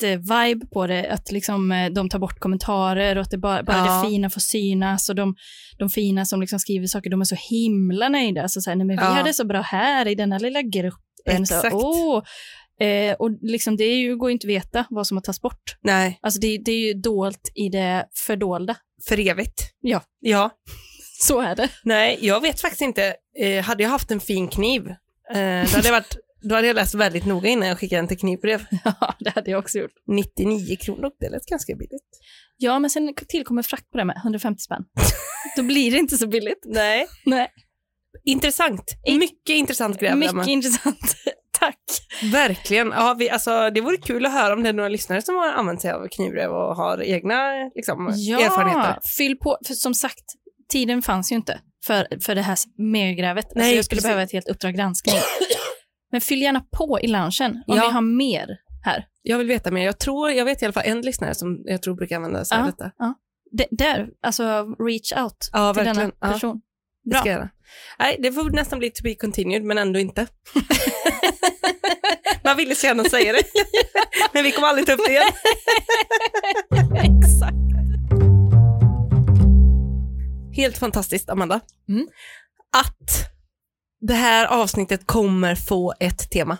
Speaker 1: sekt-vibe på det, att liksom eh, de tar bort kommentarer och att det bara, bara
Speaker 2: Ja.
Speaker 1: det fina får synas och de, de fina som liksom skriver saker, de är så himla nöjda. Så så här, nej men vi
Speaker 2: Ja.
Speaker 1: hade så bra här i denna lilla gruppen.
Speaker 2: Exakt.
Speaker 1: Så, åh. Eh, och liksom det är ju, går ju inte att veta vad som har tagits bort.
Speaker 2: Nej,
Speaker 1: Alltså det, det är ju dolt i det fördolda.
Speaker 2: för evigt.
Speaker 1: Ja.
Speaker 2: Ja.
Speaker 1: Så är det.
Speaker 2: Nej, jag vet faktiskt inte. Eh, hade jag haft en fin kniv, eh, då, hade jag varit, då hade jag läst väldigt noga innan jag skickade den till knivbrev.
Speaker 1: Ja, det hade jag också gjort.
Speaker 2: 99 kronor, det lät ganska billigt.
Speaker 1: Ja, men sen tillkommer frakt på det med, 150 spänn. Då blir det inte så billigt.
Speaker 2: Nej.
Speaker 1: Nej.
Speaker 2: Intressant. Mycket intressant gräv.
Speaker 1: Mycket
Speaker 2: Emma.
Speaker 1: intressant. Tack.
Speaker 2: Verkligen. Ja, vi, alltså, det vore kul att höra om det är några lyssnare som har använt sig av knivbrev och har egna liksom, erfarenheter.
Speaker 1: fyll på. För som sagt, tiden fanns ju inte för, för det här megagrävet. Alltså
Speaker 2: Nej,
Speaker 1: jag skulle
Speaker 2: precis.
Speaker 1: behöva ett helt Uppdrag granskning. Men fyll gärna på i lunchen om
Speaker 2: Ja.
Speaker 1: vi har mer här.
Speaker 2: Jag vill veta mer. Jag, tror, jag vet i alla fall en lyssnare som jag tror brukar använda sig av
Speaker 1: Ja.
Speaker 2: detta.
Speaker 1: D- där, alltså reach out
Speaker 2: Ja,
Speaker 1: till
Speaker 2: verkligen.
Speaker 1: denna
Speaker 2: Ja,
Speaker 1: person.
Speaker 2: det
Speaker 1: Bra.
Speaker 2: ska jag göra. Nej, det får nästan bli to be continued, men ändå inte. Man ville så gärna säga det, men vi kommer aldrig ta upp det igen.
Speaker 1: Exakt.
Speaker 2: Helt fantastiskt, Amanda.
Speaker 1: Mm.
Speaker 2: Att det här avsnittet kommer få ett tema.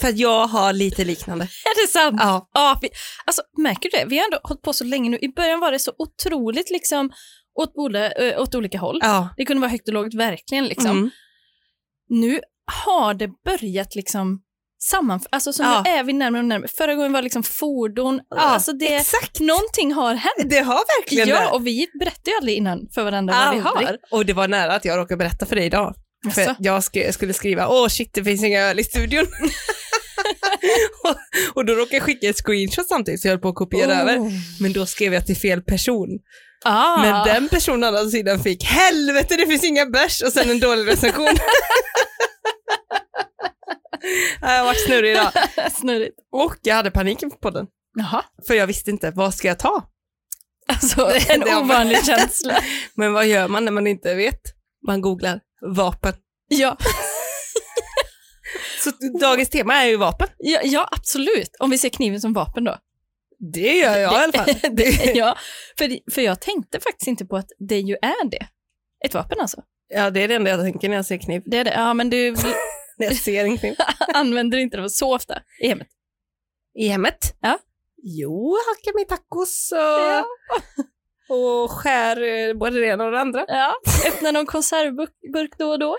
Speaker 2: För att jag har lite liknande.
Speaker 1: Är det sant?
Speaker 2: Ja.
Speaker 1: Ja, vi, alltså, märker du det? Vi har ändå hållit på så länge nu. I början var det så otroligt liksom åt, bola, ö, åt olika håll.
Speaker 2: Ja.
Speaker 1: Det kunde vara högt och lågt, verkligen. Liksom.
Speaker 2: Mm.
Speaker 1: Nu har det börjat liksom samman... Alltså så
Speaker 2: Ja.
Speaker 1: nu är vi närmare och närmare. Förra gången var liksom fordon. alltså det,
Speaker 2: Exakt.
Speaker 1: Någonting har hänt.
Speaker 2: Det har verkligen det.
Speaker 1: Ja, och vi berättar ju aldrig innan för varandra vad vi
Speaker 2: Aldrig.
Speaker 1: har.
Speaker 2: Och det var nära att jag råkade berätta för dig idag. För
Speaker 1: Alltså,
Speaker 2: jag sk- skulle skriva, åh shit det finns inga öl i studion. och, och då råkade jag skicka ett screenshot samtidigt, så jag höll på att kopiera över.
Speaker 1: Oh.
Speaker 2: Men då skrev jag till fel person.
Speaker 1: Ah.
Speaker 2: Men den personen å andra sidan fick, helvete det finns inga bärs och sen en dålig recension. jag har varit snurrig idag.
Speaker 1: Snurrigt.
Speaker 2: Och jag hade paniken på podden.
Speaker 1: Jaha.
Speaker 2: För jag visste inte, vad ska jag ta?
Speaker 1: Alltså, en
Speaker 2: Det har-
Speaker 1: ovanlig känsla.
Speaker 2: Men vad gör man när man inte vet? Man googlar vapen.
Speaker 1: Ja.
Speaker 2: Så dagens tema är ju vapen.
Speaker 1: Ja, ja, absolut. Om vi ser kniven som vapen då.
Speaker 2: Det gör jag i alla fall. Det-
Speaker 1: ja, för, för jag tänkte faktiskt inte på att det ju är det. Ett vapen alltså.
Speaker 2: ja, det är det enda jag tänker när jag ser kniv.
Speaker 1: Det är det. Ja, men du
Speaker 2: När jag ser en kniv.
Speaker 1: använder inte det så ofta i hemmet.
Speaker 2: I hemmet?
Speaker 1: Ja.
Speaker 2: Jo, jag hackar mig tacos och,
Speaker 1: Ja.
Speaker 2: och skär eh, både det ena och det andra.
Speaker 1: Ja, öppnar någon konservburk då och då.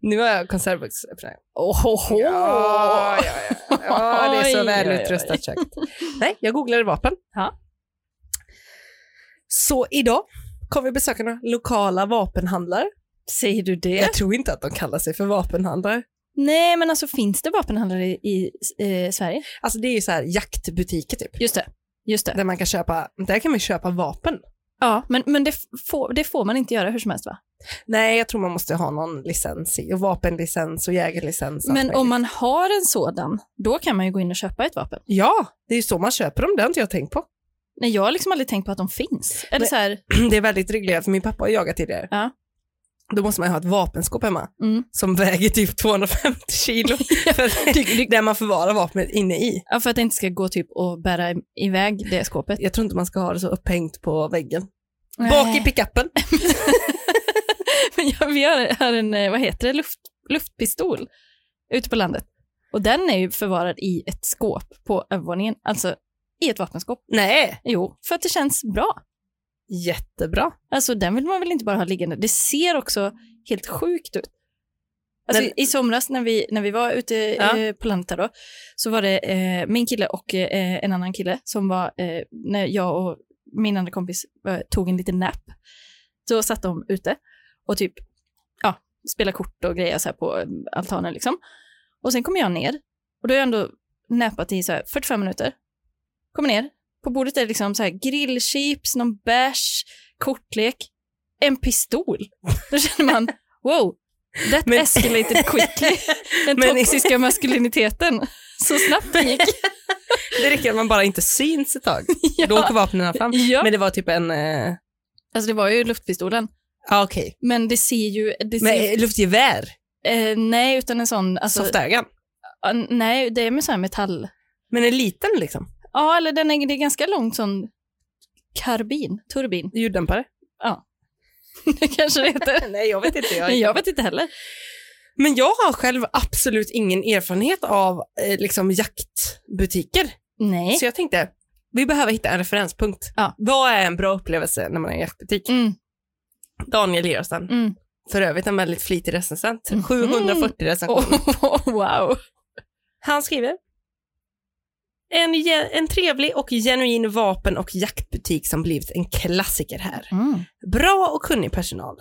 Speaker 2: Nu har jag eh, konservbuxor.
Speaker 1: Ohoho!
Speaker 2: Ja, ja, ja. ja, det är
Speaker 1: Oj,
Speaker 2: så
Speaker 1: oj,
Speaker 2: välutrustat kök. Nej, jag googlade vapen.
Speaker 1: Ja.
Speaker 2: Så idag kommer vi besöka några lokala vapenhandlare.
Speaker 1: Säger du det?
Speaker 2: Jag tror inte att de kallar sig för vapenhandlare.
Speaker 1: Nej, men alltså finns det vapenhandlare i, i eh, Sverige?
Speaker 2: Alltså det är ju så här jaktbutiker typ,
Speaker 1: Just det. Just det.
Speaker 2: där man kan köpa, där kan man köpa vapen.
Speaker 1: Ja, men, men det, f- får, det får man inte göra hur som helst va?
Speaker 2: Nej, jag tror man måste ha någon licens i, och vapenlicens och jägarlicens.
Speaker 1: Men
Speaker 2: allt möjligt.
Speaker 1: om man har en sådan, då kan man ju gå in och köpa ett vapen.
Speaker 2: Ja, det är ju så man köper dem, det har inte jag tänkt på.
Speaker 1: Nej, jag har liksom aldrig tänkt på att de finns. Eller
Speaker 2: Men-
Speaker 1: så här,
Speaker 2: Det är väldigt reglerat, för min pappa har jagat tidigare.
Speaker 1: Ja.
Speaker 2: Då måste man ju ha ett vapenskåp hemma
Speaker 1: mm.
Speaker 2: som väger typ 250 kilo. För- där man förvarar vapnet inne i.
Speaker 1: Ja, för att det inte ska gå typ och bära i- iväg det skåpet.
Speaker 2: Jag tror inte man ska ha det så upphängt på väggen.
Speaker 1: Nej.
Speaker 2: Bak i pickuppen.
Speaker 1: Men jag- vi har, har en, eh, vad heter det, luft, luftpistol ute på landet. Och den är ju förvarad i ett skåp på övervåningen, alltså i ett vapenskåp.
Speaker 2: Nej,
Speaker 1: Jo, för att det känns bra.
Speaker 2: jättebra.
Speaker 1: Alltså den vill man väl inte bara ha liggande. Det ser också helt sjukt ut. Alltså,
Speaker 2: Men-
Speaker 1: I somras när vi, när vi var ute
Speaker 2: Ja.
Speaker 1: eh, på landet där då, så var det eh, min kille och eh, en annan kille som var, eh, när jag och min andra kompis eh, tog en liten nap, så satt de ute och typ ja, spelade kort och grejer så här på eh, altanen liksom. Och sen kom jag ner och då har jag ändå näpat i så här 45 minuter. Kommer ner, på bordet är det liksom så här grillchips, någon bärs, kortlek, en pistol. Då känner man, wow, that
Speaker 2: Men-
Speaker 1: escalated quickly. Den
Speaker 2: Men-
Speaker 1: toxiska maskuliniteten. Så snabbt den gick.
Speaker 2: Det räcker att man bara inte syns ett tag. Då åker vapnen fram.
Speaker 1: Ja.
Speaker 2: Men det var typ en... eh,
Speaker 1: Alltså det var ju luftpistolen,
Speaker 2: Ja, okej.
Speaker 1: men det ser ju... Det ser,
Speaker 2: Men eh, luftgevär,
Speaker 1: eh, nej, utan en sån... Alltså,
Speaker 2: softögon.
Speaker 1: ah, nej, det är med sån här metall...
Speaker 2: Men en liten liksom,
Speaker 1: Ja, eller den är, det är ganska långt sån karbin, turbin.
Speaker 2: ljuddämpare.
Speaker 1: Det kanske det heter.
Speaker 2: Nej, jag vet inte.
Speaker 1: Nej, jag vet inte heller.
Speaker 2: Men jag har själv absolut ingen erfarenhet av eh, liksom jaktbutiker.
Speaker 1: Nej.
Speaker 2: Så jag tänkte, vi behöver hitta en referenspunkt.
Speaker 1: Ja.
Speaker 2: Vad är en bra upplevelse när man är i en jaktbutik?
Speaker 1: Mm,
Speaker 2: Daniel Georgsen,
Speaker 1: mm.
Speaker 2: för övrigt en väldigt flitig recensent.
Speaker 1: Mhm.
Speaker 2: 740 recensioner.
Speaker 1: Oh, wow.
Speaker 2: Han skriver, en, ge- en trevlig och genuin vapen och jaktbutik som blivit en klassiker här.
Speaker 1: Mm.
Speaker 2: Bra och kunnig personal.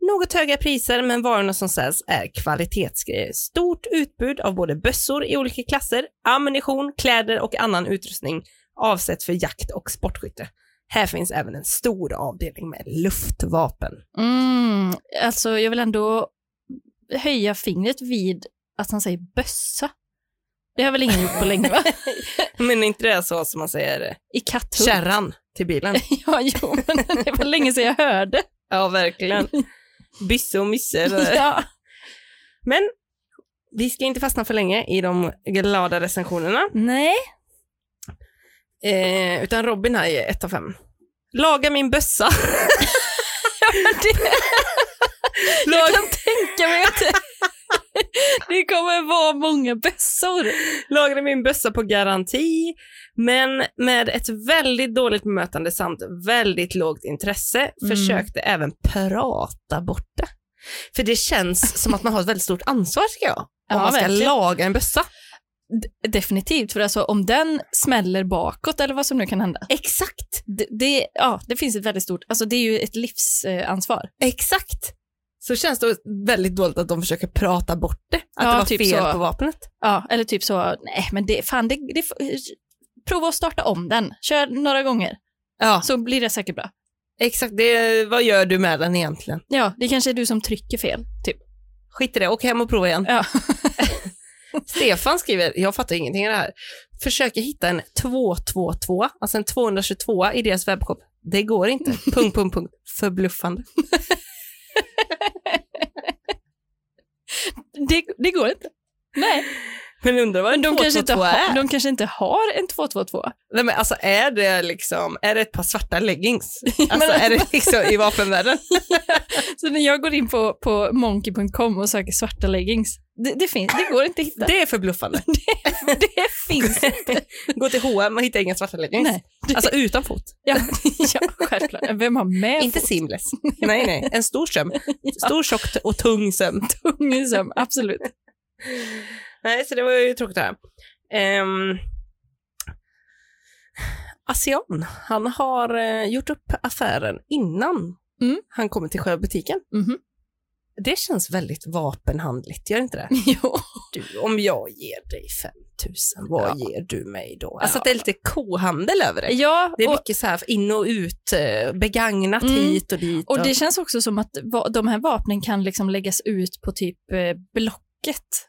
Speaker 2: Något höga priser, men varorna som säljs är kvalitetsgrejer. Stort utbud av både bössor i olika klasser, ammunition, kläder och annan utrustning avsett för jakt och sportskytte. Här finns även en stor avdelning med luftvapen.
Speaker 1: Mm. Alltså, jag vill ändå höja fingret vid att han säger bössa. Det har väl ingen gjort på länge, va?
Speaker 2: Men inte det så som man säger eh,
Speaker 1: I katthugg.
Speaker 2: kärran till bilen?
Speaker 1: Ja, jo, men det var länge sedan jag hörde.
Speaker 2: Ja, verkligen. Bysse och mysse. eller-
Speaker 1: Ja.
Speaker 2: Men vi ska inte fastna för länge i de glada recensionerna.
Speaker 1: Nej.
Speaker 2: Eh, utan Robin här är ett av fem. Laga min bössa.
Speaker 1: Jag kan tänka mig att det, det kommer vara så många bössor.
Speaker 2: Lagrade min bössa på garanti, men med ett väldigt dåligt bemötande samt väldigt lågt intresse försökte även prata bort det. För det känns som att man har ett väldigt stort ansvar tycker jag, om
Speaker 1: Ja,
Speaker 2: man ska
Speaker 1: verkligen.
Speaker 2: laga en bössa.
Speaker 1: D- definitivt, för alltså om den smäller bakåt eller vad som nu kan hända.
Speaker 2: Exakt,
Speaker 1: Det, det, ja, det finns ett väldigt stort, alltså det är ju ett livsansvar.
Speaker 2: exakt. Så känns det väldigt dåligt att de försöker prata bort det, att
Speaker 1: Ja,
Speaker 2: det var
Speaker 1: typ
Speaker 2: fel
Speaker 1: så.
Speaker 2: på vapnet.
Speaker 1: Ja, eller typ så, nej men det, fan det, det prova att starta om den, kör några gånger,
Speaker 2: Ja,
Speaker 1: så blir det säkert bra.
Speaker 2: exakt. Det, vad gör du med den egentligen?
Speaker 1: Ja, det kanske är du som trycker fel, typ.
Speaker 2: Skit i det, åk hem och prova igen.
Speaker 1: Ja.
Speaker 2: Stefan skriver, jag fattar ingenting av det här, försöker hitta en 222, alltså en 222 i deras webbshop. Det går inte. punkt, punkt, punkt. Förbluffande.
Speaker 1: Det, det går inte. Nej,
Speaker 2: Men undrar vad
Speaker 1: men
Speaker 2: en
Speaker 1: de kanske, inte
Speaker 2: 222
Speaker 1: har,
Speaker 2: är?
Speaker 1: de kanske inte har en 222.
Speaker 2: Nej, men alltså är det liksom, är det ett par svarta leggings? Alltså är det liksom i vapenvärlden?
Speaker 1: Så när jag går in på, på monkey.com och söker svarta leggings, det, det, finns, det går inte att hitta.
Speaker 2: Det är förbluffande.
Speaker 1: det finns
Speaker 2: Gå till H&M och hitta inga svarta leggings.
Speaker 1: Nej.
Speaker 2: Alltså utan fot.
Speaker 1: Ja, ja självklart. Vem har med
Speaker 2: Inte
Speaker 1: fot-
Speaker 2: seamless. nej, nej. En stor söm. Stor, tjock t- och tung söm.
Speaker 1: ungen som, absolut.
Speaker 2: Nej, så det var ju tråkigt det här. Ehm, Asean, han har eh, gjort upp affären innan
Speaker 1: Mm.
Speaker 2: han kommer till själva butiken.
Speaker 1: Mhm.
Speaker 2: Det känns väldigt vapenhandligt, gör det inte det?
Speaker 1: Jo.
Speaker 2: Du, om jag ger dig 5000, vad
Speaker 1: Ja.
Speaker 2: ger du mig då? Alltså att det är lite kohandel över det.
Speaker 1: Ja,
Speaker 2: Det är
Speaker 1: och,
Speaker 2: mycket så här in och ut, eh, begagnat
Speaker 1: Mm.
Speaker 2: hit och dit.
Speaker 1: och det känns också som att va- de här vapnen kan liksom läggas ut på typ eh, Blocket.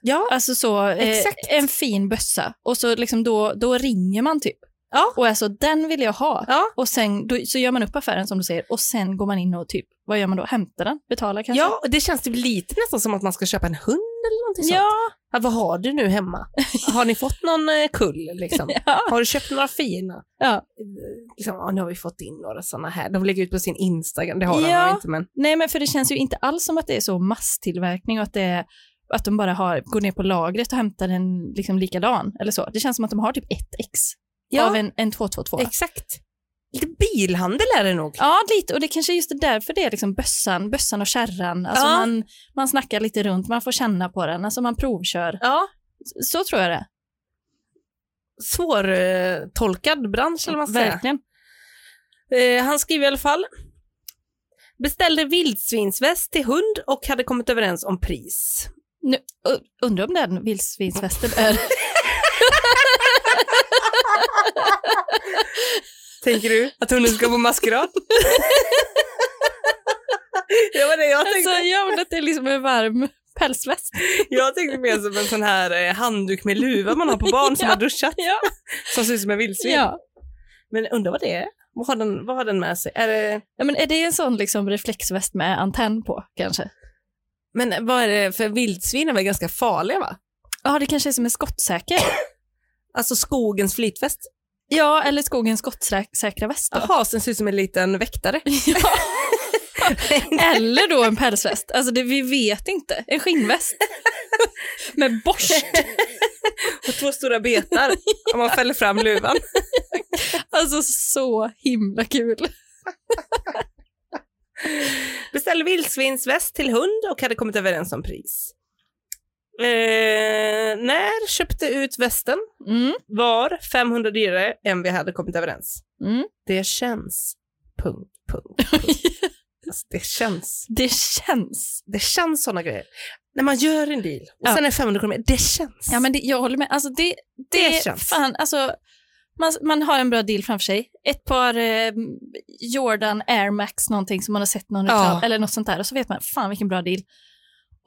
Speaker 2: Ja,
Speaker 1: Alltså så, eh,
Speaker 2: Exakt.
Speaker 1: en fin bössa och så liksom då, då ringer man typ.
Speaker 2: Ja.
Speaker 1: Och alltså den vill jag ha.
Speaker 2: Ja.
Speaker 1: Och sen då, så gör man upp affären som du säger och sen går man in och typ, vad gör man då? Hämtar den? Betalar kanske?
Speaker 2: ja, och det känns typ lite nästan som att man ska köpa en hund eller någonting sånt.
Speaker 1: ja.
Speaker 2: Ja, vad har du nu hemma? Har ni fått någon eh, kull? Liksom?
Speaker 1: Ja.
Speaker 2: Har du köpt några fina?
Speaker 1: Ja.
Speaker 2: Eh, Liksom, ja, nu har vi fått in några sådana här. De lägger ut på sin Instagram, det har de
Speaker 1: Ja.
Speaker 2: nog inte. Men...
Speaker 1: Nej, men för det känns ju inte alls som att det är så masstillverkning och att, det är, att de bara har, går ner på lagret och hämtar en liksom likadan eller så. Det känns som att de har typ ett ex av en, en 222.
Speaker 2: exakt. Lite bilhandel är det nog.
Speaker 1: Ja, lite. Och det kanske är just det därför det är liksom bössan, bössan och kärran. Alltså
Speaker 2: Ja.
Speaker 1: man, man snackar lite runt, man får känna på den, alltså man provkör.
Speaker 2: Ja.
Speaker 1: Så, så tror jag det.
Speaker 2: Svårtolkad eh, bransch eller vad man ska säga.
Speaker 1: Verkligen.
Speaker 2: Eh, han skriver i alla fall. Beställde vildsvinsväst till hund och hade kommit överens om pris.
Speaker 1: Nu, u- undrar om den vildsvinsvästen är...
Speaker 2: Tänker du att hunden ska på maskerad? det var det jag tänkte.
Speaker 1: Alltså, jag undrar att det är liksom en varm pälsväst.
Speaker 2: Jag tänkte mer som en sån här eh, handduk med luva man har på barn som
Speaker 1: Ja.
Speaker 2: har duschat,
Speaker 1: Ja.
Speaker 2: som ser ut som en vildsvin.
Speaker 1: ja.
Speaker 2: Men undrar vad det är? Vad har den, vad har den med sig? Är det,
Speaker 1: Ja, men är det en sån liksom reflexväst med antenn på kanske?
Speaker 2: men vad är det för vildsvin är väl ganska farliga va?
Speaker 1: Ja, det kanske är som en skottsäker.
Speaker 2: Alltså skogens flytväst.
Speaker 1: Ja, eller skogens skottsäkra väst. Då.
Speaker 2: Jaha, sen ser ut som en liten väktare.
Speaker 1: Eller då en pälsväst. Alltså, det, vi vet inte. En skinnväst. Med borst.
Speaker 2: Och två stora betar om man fäller fram luvan.
Speaker 1: Alltså, så himla kul.
Speaker 2: Beställde vildsvinsväst till hund och hade kommit överens om pris. Eh, när köpte ut västen
Speaker 1: Mm.
Speaker 2: var 500 dyrare än vi hade kommit överens.
Speaker 1: Mm.
Speaker 2: Det känns... Punkt, punkt, punkt. alltså, det känns.
Speaker 1: Det känns.
Speaker 2: Det känns sådana grejer. När man gör en deal och
Speaker 1: Ja.
Speaker 2: sen är 500 kronor mer, det känns.
Speaker 1: Ja, men det, jag håller med. Alltså, det, det,
Speaker 2: Det känns.
Speaker 1: Fan, alltså, man, man har en bra deal framför sig. Ett par eh, Jordan Air Max någonting som man har sett någon reklam,
Speaker 2: Ja.
Speaker 1: eller något sånt där och så vet man, fan vilken bra deal.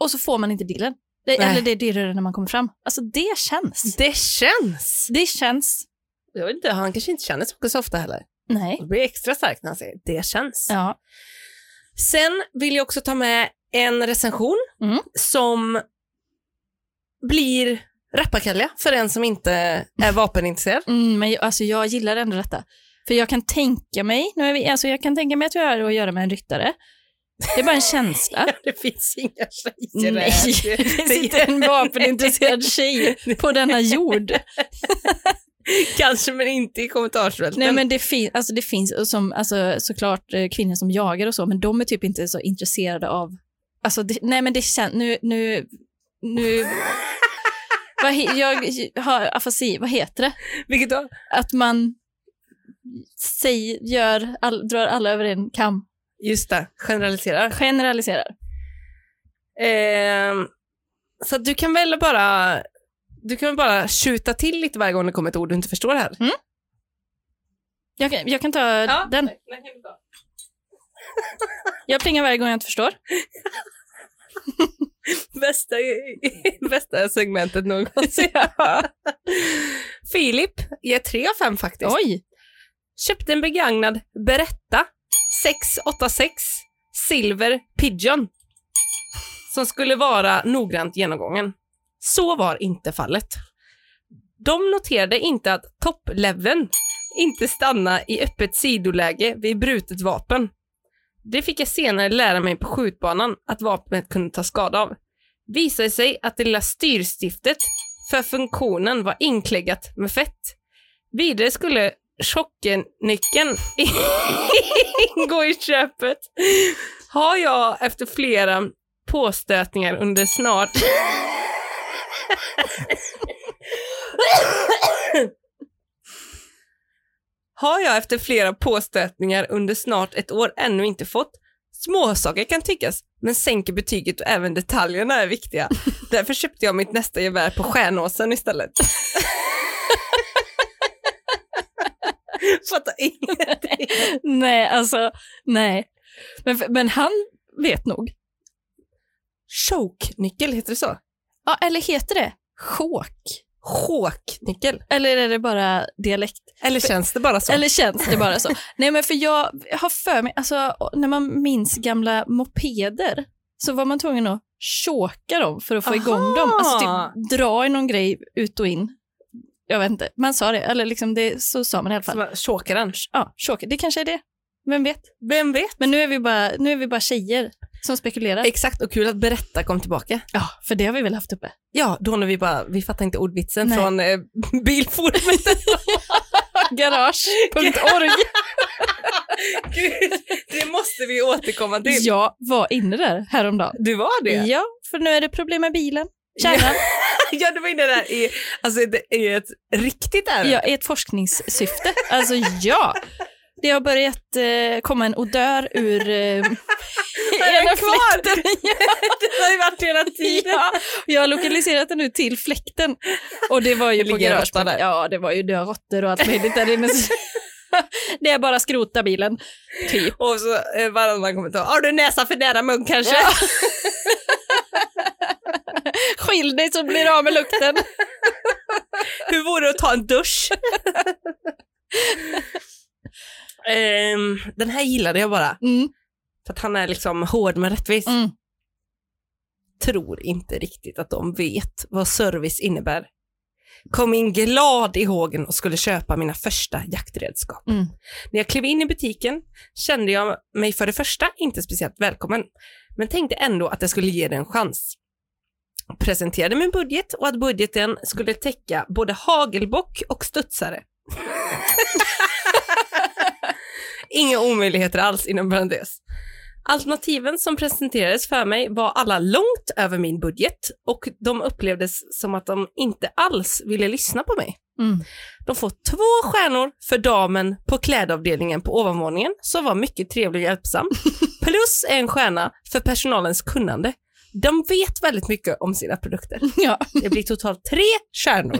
Speaker 1: Och så får man inte dealen. Det,
Speaker 2: Nej.
Speaker 1: eller det är dyrare när man kommer fram. Alltså det känns.
Speaker 2: Det känns!
Speaker 1: Det känns.
Speaker 2: Jag vet inte, han kanske inte känner saker så ofta heller.
Speaker 1: Nej.
Speaker 2: Det blir extra starkt när han säger det känns.
Speaker 1: Ja.
Speaker 2: Sen vill jag också ta med en recension
Speaker 1: Mm.
Speaker 2: som blir rappakalja för en som inte är vapenintresserad.
Speaker 1: Mm, men jag- alltså, jag gillar ändå detta. För jag kan tänka mig, nu är vi, alltså, jag kan tänka mig att vi har att göra med en ryttare Det är bara en känsla.
Speaker 2: Det finns inga tjejer
Speaker 1: Nej,
Speaker 2: här.
Speaker 1: det finns inte en vapenintresserad tjej på denna jord.
Speaker 2: Kanske, men inte i kommentarsfältet.
Speaker 1: Nej, men det, fin- alltså, det finns och som, alltså, såklart eh, kvinnor som jagar och så, men de är typ inte så intresserade av... Alltså, det, nej, men det känns... Nu... nu, nu vad he- jag har afasi, vad heter det?
Speaker 2: Vilket då?
Speaker 1: Att man säg, gör, all, drar alla över en kam.
Speaker 2: Just det, generaliserar.
Speaker 1: Generaliserar.
Speaker 2: Ehm, så att du kan väl bara du kan väl bara skjuta till lite varje gång det kommer ett ord du inte förstår här.
Speaker 1: Jag, kan- jag kan ta Mm. den. Jag plingar varje gång jag inte förstår.
Speaker 2: Bästa, bästa segmentet någonsin. Filip ger tre av fem faktiskt.
Speaker 1: Oj!
Speaker 2: Köpte en begagnad Beretta 686 Silver Pigeon som skulle vara noggrant genomgången. Så var inte fallet. De noterade inte att toppleveln inte stanna i öppet sidoläge vid brutet vapen. Det fick jag senare lära mig på skjutbanan att vapnet kunde ta skada av. Visade sig att det lilla styrstiftet för funktionen var inkläggat med fett. Vidare skulle Tjockennyckeln ingår i köpet. Har jag efter flera påstötningar under snart... Har jag efter flera påstötningar under snart ett år ännu inte fått. Småsaker kan tyckas, men sänker betyget och även detaljerna är viktiga. Därför köpte jag mitt nästa gevär på Stjärnåsen istället. Fattar ingenting.
Speaker 1: Nej, alltså, nej. Men, men han vet nog.
Speaker 2: Choke-nyckel, heter det så?
Speaker 1: Ja, eller heter det chok?
Speaker 2: Choke-nyckel.
Speaker 1: Eller är det bara dialekt?
Speaker 2: Eller känns det bara så?
Speaker 1: Eller känns det bara så? Nej, men för jag har för mig, alltså när man minns gamla mopeder så var man tvungen att tjåka dem för att få
Speaker 2: Aha.
Speaker 1: igång dem. Alltså typ dra i någon grej ut och in. Jag vet inte, man sa det, eller liksom det, så sa man i alla fall.
Speaker 2: Chokaren.
Speaker 1: Ja, tjåka, det kanske är det. Vem vet?
Speaker 2: Vem vet?
Speaker 1: Men nu är vi bara, nu är vi bara tjejer som spekulerar.
Speaker 2: Exakt, och kul att Berätta kom tillbaka.
Speaker 1: Ja, för det har vi väl haft uppe.
Speaker 2: Ja, då när vi bara, vi fattar inte ordvitsen
Speaker 1: Nej.
Speaker 2: från eh, bilforumet.
Speaker 1: Garage.org.
Speaker 2: Gud, det måste vi återkomma till.
Speaker 1: Jag var inne där häromdagen.
Speaker 2: Du var det?
Speaker 1: Ja, för nu är det problem med bilen. Kärnan.
Speaker 2: Ja, du var inne där i, alltså, det är ett riktigt ärende.
Speaker 1: Ja, i ett forskningssyfte. Alltså ja. Det har börjat eh, komma en odör ur eh,
Speaker 2: den
Speaker 1: ena
Speaker 2: kvar?
Speaker 1: fläkten. Ja,
Speaker 2: Det har ju varit hela tiden.
Speaker 1: ja. Jag har lokaliserat den nu till fläkten. Och det var ju
Speaker 2: Det
Speaker 1: på
Speaker 2: ligger en
Speaker 1: garage.
Speaker 2: råtta där.
Speaker 1: Ja, det var ju döda råttor och allt möjligt där inne. Så- Det är bara skrota bilen, typ.
Speaker 2: Och så eh, varannan kommentar, har du näsa för nära mun kanske?
Speaker 1: Ja. Skilj dig så blir du av med lukten.
Speaker 2: Hur vore det att ta en dusch? Ehm, den här gillade jag bara,
Speaker 1: Mm.
Speaker 2: för att han är liksom hård men rättvis.
Speaker 1: Mm.
Speaker 2: Tror inte riktigt att de vet vad service innebär. Kom in glad i hågen och skulle köpa mina första jaktredskap.
Speaker 1: Mm.
Speaker 2: När jag klev in i butiken kände jag mig för det första inte speciellt välkommen, men tänkte ändå att jag skulle ge det en chans. Presenterade min budget och att budgeten skulle täcka både hagelbock och studsare. Inga omöjligheter alls inom parentes. Alternativen som presenterades för mig var alla långt över min budget och de upplevdes som att de inte alls ville lyssna på mig.
Speaker 1: Mm.
Speaker 2: De får två stjärnor för damen på klädavdelningen på ovanvåningen som var mycket trevlig och hjälpsam. Plus en stjärna för personalens kunnande. De vet väldigt mycket om sina produkter.
Speaker 1: Ja.
Speaker 2: Det blir totalt tre stjärnor.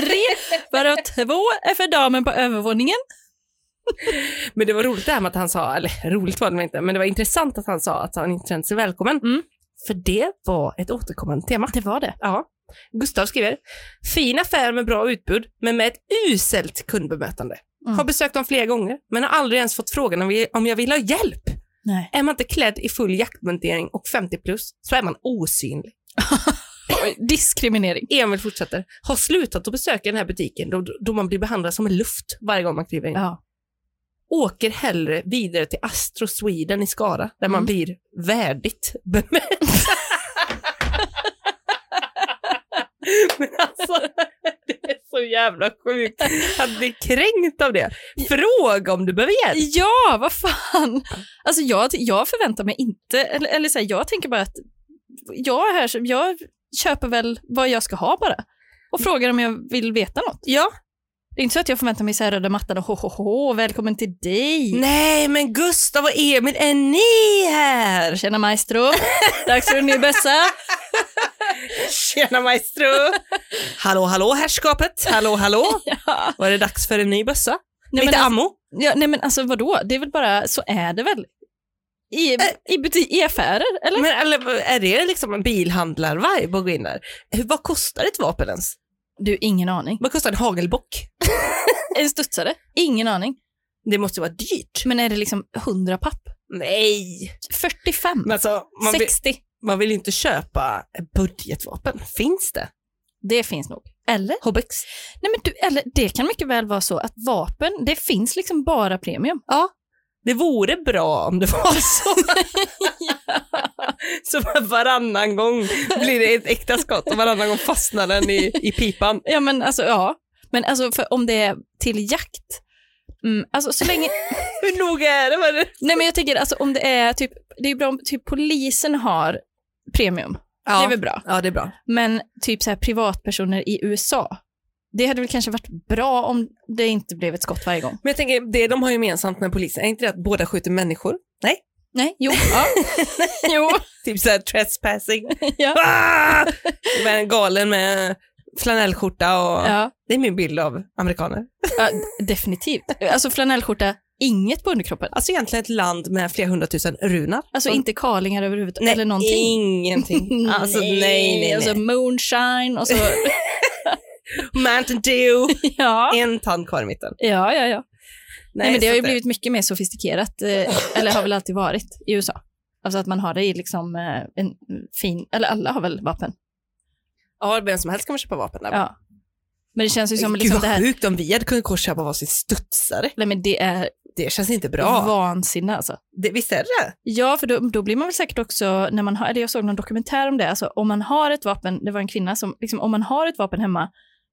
Speaker 1: Tre, varav två är för damen på övervåningen.
Speaker 2: Men det var roligt det här med att han sa, eller roligt var det väl inte, men det var intressant att han sa att han inte kände sig välkommen.
Speaker 1: Mm.
Speaker 2: För det var ett återkommande tema.
Speaker 1: Det var det.
Speaker 2: Ja. Gustav skriver, fin affär med bra utbud, men med ett uselt kundbemötande.
Speaker 1: Mm.
Speaker 2: Har besökt dem flera gånger, men har aldrig ens fått frågan om vi- om jag vill ha hjälp.
Speaker 1: Nej.
Speaker 2: Är man inte klädd i full jaktmontering och 50 plus så är man osynlig.
Speaker 1: Diskriminering.
Speaker 2: Emil fortsätter, har slutat att besöka den här butiken då, då man blir behandlad som en luft varje gång man kliver in.
Speaker 1: Ja.
Speaker 2: åker hellre vidare till Astro Sweden i Skara, där man
Speaker 1: Mm.
Speaker 2: blir värdigt bemött. Men alltså, det är så jävla sjukt att bli kränkt av det. Fråga om du behöver hjälp.
Speaker 1: Ja, vad fan! Alltså jag, jag förväntar mig inte, eller, eller så här, jag tänker bara att jag är här, som- jag köper väl vad jag ska ha bara och frågar om jag vill veta något.
Speaker 2: Ja.
Speaker 1: Det är inte så att jag förväntar mig så här röda mattan och ho, ho, ho välkommen till dig.
Speaker 2: Nej, men Gustav och Emil, är ni här?
Speaker 1: Tjena maestro, dags för en ny bössa.
Speaker 2: Tjena maestro! hallå, hallå herrskapet, hallå, hallå.
Speaker 1: Ja.
Speaker 2: Var det dags för en ny bössa?
Speaker 1: Nej, men
Speaker 2: Lite
Speaker 1: alltså,
Speaker 2: ammo?
Speaker 1: ja, nej men alltså vadå, det är väl bara, så är det väl? I, i, buti- i affärer, eller?
Speaker 2: Men eller, är det liksom en bilhandlar-vibe att gå in där? Hur, vad kostar ett vapen ens?
Speaker 1: Du, ingen aning.
Speaker 2: Vad kostar en hagelbock?
Speaker 1: En studsare? Ingen aning.
Speaker 2: Det måste vara dyrt.
Speaker 1: Men är det liksom 100 papp?
Speaker 2: Nej!
Speaker 1: 45?
Speaker 2: Men alltså, man, vill,
Speaker 1: 60?
Speaker 2: man vill ju inte köpa ett budgetvapen. Finns det?
Speaker 1: Det finns nog. Eller?
Speaker 2: Hobbex?
Speaker 1: Nej, men du, eller? Det kan mycket väl vara så att vapen, det finns liksom bara premium.
Speaker 2: Det vore bra om det var så. så varannan gång blir det ett äkta skott och varannan gång fastnar den i, i pipan.
Speaker 1: Ja, men alltså ja. Men alltså för om det är till jakt, mm, alltså så länge,
Speaker 2: Hur noga är det med det?
Speaker 1: nej men jag tänker alltså om det är typ, det är bra om typ polisen har premium, det är väl bra.
Speaker 2: ja, det är bra.
Speaker 1: Men typ så här privatpersoner i USA, det hade väl kanske varit bra om det inte blev ett skott varje gång.
Speaker 2: Men jag tänker, det de har gemensamt med polisen, är inte det att båda skjuter människor? Nej.
Speaker 1: Nej, jo, ja. jo,
Speaker 2: Typ såhär trespassing.
Speaker 1: ja.
Speaker 2: Ah! Med en galen med flanellskjorta och...
Speaker 1: ja.
Speaker 2: Det är min bild av amerikaner.
Speaker 1: Ja, definitivt. Alltså flanellskjorta, inget på underkroppen.
Speaker 2: Alltså egentligen ett land med flera hundratusen runar.
Speaker 1: Alltså
Speaker 2: Som-
Speaker 1: inte karlingar överhuvudtaget
Speaker 2: nej,
Speaker 1: eller någonting. Mm.
Speaker 2: ingenting. Alltså nej, nej, nej.
Speaker 1: Alltså moonshine och så,
Speaker 2: Mountain Dew.
Speaker 1: ja.
Speaker 2: En tand kvar i mitten.
Speaker 1: Ja, ja, ja. Nej, men det
Speaker 2: så
Speaker 1: har ju
Speaker 2: att
Speaker 1: blivit mycket mer sofistikerat, eh, eller har väl alltid varit i USA. Alltså att man har det i liksom eh, en fin, eller alla har väl vapen.
Speaker 2: Ja, vem som helst kan man köpa vapen där.
Speaker 1: Ja. Men det känns ju som
Speaker 2: Gud
Speaker 1: liksom
Speaker 2: vad
Speaker 1: det här,
Speaker 2: sjukt om vi hade kunnat köpa varsin studsare.
Speaker 1: nej men det är
Speaker 2: Det känns inte bra.
Speaker 1: vansinne alltså.
Speaker 2: Det, visst är det?
Speaker 1: Ja, för då, då blir man väl säkert också, när man har, eller jag såg någon dokumentär om det, alltså om man har ett vapen, det var en kvinna som, liksom, om man har ett vapen hemma,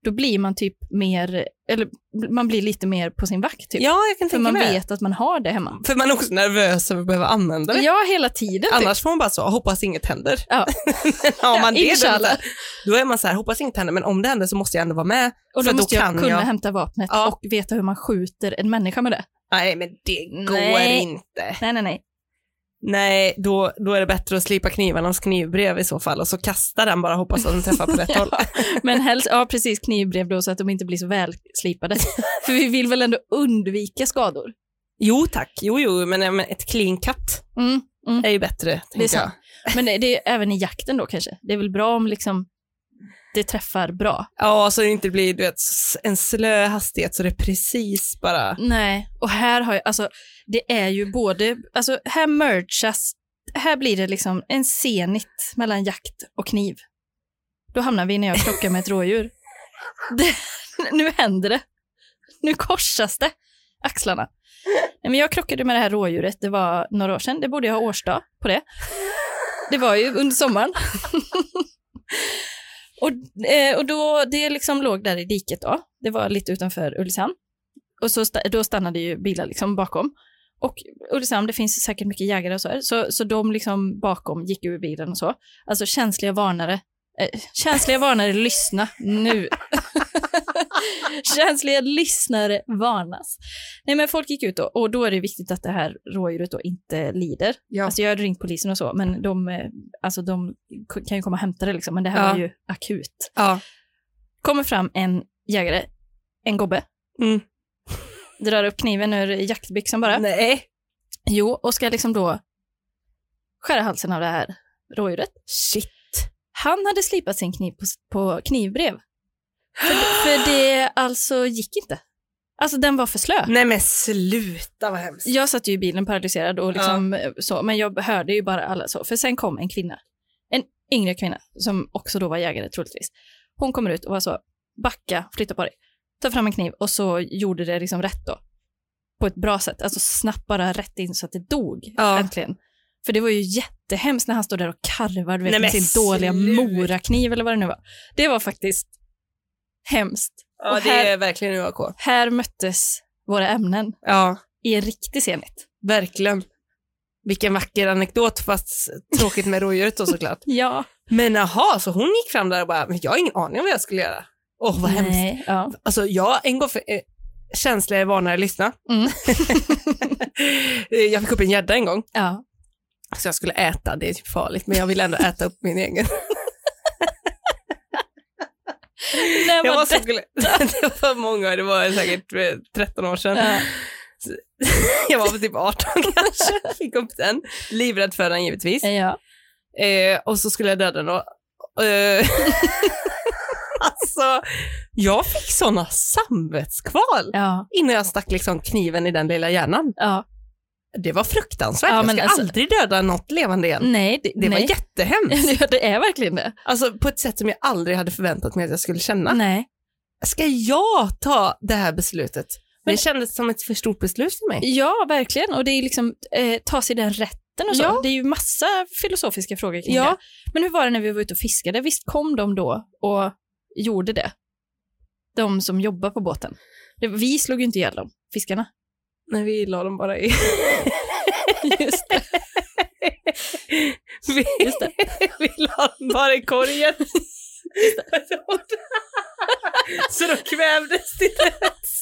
Speaker 1: då blir man typ mer, eller man blir lite mer på sin vakt typ.
Speaker 2: Ja, jag kan
Speaker 1: för
Speaker 2: tänka
Speaker 1: man
Speaker 2: mig det.
Speaker 1: vet att man har det hemma.
Speaker 2: För man är också nervös över att behöva använda det.
Speaker 1: Ja, hela tiden typ.
Speaker 2: Annars får man bara så, hoppas inget händer.
Speaker 1: Ja.
Speaker 2: Men har man det, då,
Speaker 1: Inshallah.
Speaker 2: då är man så här, hoppas inget händer, men om det händer så måste jag ändå vara med.
Speaker 1: Och då
Speaker 2: för då
Speaker 1: måste jag
Speaker 2: kan
Speaker 1: kunna
Speaker 2: jag.
Speaker 1: hämta vapnet
Speaker 2: Ja.
Speaker 1: och veta hur man skjuter en människa med det.
Speaker 2: Nej, men det går
Speaker 1: Nej.
Speaker 2: inte.
Speaker 1: Nej, nej, nej.
Speaker 2: Nej, då, då är det bättre att slipa knivarnas knivbrev i så fall och så kasta den bara och hoppas att den träffar på rätt håll.
Speaker 1: Men helst, ja precis, knivbrev då så att de inte blir så välslipade. för vi vill väl ändå undvika skador.
Speaker 2: Jo tack, jo jo, men, eh, men ett clean cut
Speaker 1: Mm.
Speaker 2: är ju bättre.
Speaker 1: Det är
Speaker 2: tänker jag.
Speaker 1: sant. Men det, det är även i jakten då kanske. Det är väl bra om liksom det träffar bra.
Speaker 2: Ja, så det inte blir du vet, s- en slö hastighet så det precis bara...
Speaker 1: Nej. Och här har jag, alltså det är ju både, alltså här merchas, här blir det liksom en senigt mellan jakt och kniv. Då hamnar vi när jag krockar med ett rådjur. Det, nu händer det. Nu korsas det, axlarna. Nej, men jag krockade med det här rådjuret, det var några år sedan, det borde jag ha årsdag på det. Det var ju under sommaren. och, eh, och då, det liksom låg där i diket då, det var lite utanför Ulricehamn. Och så sta- då stannade ju bilar liksom bakom. Och Ulricehamn, det finns säkert mycket jägare och så här, så, så de liksom bakom gick ur bilen och så. Alltså känsliga varnare. Eh, känsliga varnare, lyssna nu. känsliga lyssnare varnas. Nej men folk gick ut då, och då är det viktigt att det här rådjuret då inte lider.
Speaker 2: Ja.
Speaker 1: Alltså jag hade ringt polisen och så, men de, eh, alltså de k- kan ju komma och hämta det liksom, men det här
Speaker 2: Ja.
Speaker 1: var ju akut
Speaker 2: Ja.
Speaker 1: kommer fram en jägare, en gobbe,
Speaker 2: Mm.
Speaker 1: drar upp kniven ur jaktbyxan bara.
Speaker 2: Nej.
Speaker 1: Jo, och ska liksom då skära halsen av det här rådjuret.
Speaker 2: Shit.
Speaker 1: Han hade slipat sin kniv på, på knivbrev. För, för det alltså gick inte. Alltså den var för slö.
Speaker 2: Nej men sluta vad hemskt.
Speaker 1: Jag satt ju i bilen paralyserad och liksom eh, så, men jag hörde ju bara alla så. För sen kom en kvinna, en yngre kvinna som också då var jägare troligtvis. Hon kommer ut och var så, backa, flytta på dig, ta fram en kniv och så gjorde det liksom rätt då. på ett bra sätt, alltså snabbt bara rätt in så att det dog
Speaker 2: Ja.
Speaker 1: äntligen. För det var ju jättehemskt när han stod där och karvade du vet,
Speaker 2: Nej,
Speaker 1: med
Speaker 2: men
Speaker 1: sin dåliga
Speaker 2: sluta.
Speaker 1: morakniv eller vad det nu var. Det var faktiskt hemskt.
Speaker 2: Ja,
Speaker 1: Och
Speaker 2: det
Speaker 1: här-
Speaker 2: är verkligen UAK.
Speaker 1: Här möttes våra ämnen
Speaker 2: Ja,
Speaker 1: i en riktig senhet.
Speaker 2: verkligen. Vilken vacker anekdot, fast tråkigt med rådjuret då såklart.
Speaker 1: Ja.
Speaker 2: Men aha, så hon gick fram där och bara, men jag har ingen aning om vad jag skulle göra. Åh, vad hemskt.
Speaker 1: Nej, ja.
Speaker 2: Alltså, jag en gång för... Eh, känsliga är vanare att lyssna.
Speaker 1: Mm.
Speaker 2: Eh, jag fick upp en gädda en gång,
Speaker 1: ja.
Speaker 2: så jag skulle äta, det är typ farligt, men jag ville ändå äta upp min egen.
Speaker 1: När
Speaker 2: Jag
Speaker 1: var
Speaker 2: var
Speaker 1: det?
Speaker 2: så glad. Det var många, det var säkert eh, 13 år sedan.
Speaker 1: Ja.
Speaker 2: Jag var väl typ 18 kanske, fick upp den. Livrädd för den givetvis.
Speaker 1: Ja.
Speaker 2: Eh, och så skulle jag döda den och... Eh, alltså, jag fick såna samvetskval
Speaker 1: Ja.
Speaker 2: innan jag stack liksom kniven i den lilla hjärnan.
Speaker 1: ja.
Speaker 2: Det var fruktansvärt.
Speaker 1: Ja,
Speaker 2: jag
Speaker 1: men
Speaker 2: ska
Speaker 1: alltså-
Speaker 2: aldrig döda något levande igen.
Speaker 1: Nej, det,
Speaker 2: Det var
Speaker 1: nej.
Speaker 2: jättehemskt.
Speaker 1: Ja, det är verkligen det.
Speaker 2: Alltså på ett sätt som jag aldrig hade förväntat mig att jag skulle känna.
Speaker 1: Nej.
Speaker 2: Ska jag ta det här beslutet?
Speaker 1: Men-
Speaker 2: Det kändes som ett för stort beslut för mig.
Speaker 1: Ja, verkligen. Och det är ju liksom eh, ta sig den rätten och så.
Speaker 2: Ja.
Speaker 1: Det är ju massa filosofiska frågor kring
Speaker 2: Ja.
Speaker 1: det. Men hur var det när vi var ute och fiskade? Visst kom de då och gjorde det? De som jobbar på båten. Det, vi slog ju inte ihjäl dem, fiskarna.
Speaker 2: Nej, vi la dem bara i.
Speaker 1: Just det.
Speaker 2: Vi,
Speaker 1: Just det.
Speaker 2: vi la dem bara i korgen. så de kvävdes till döds.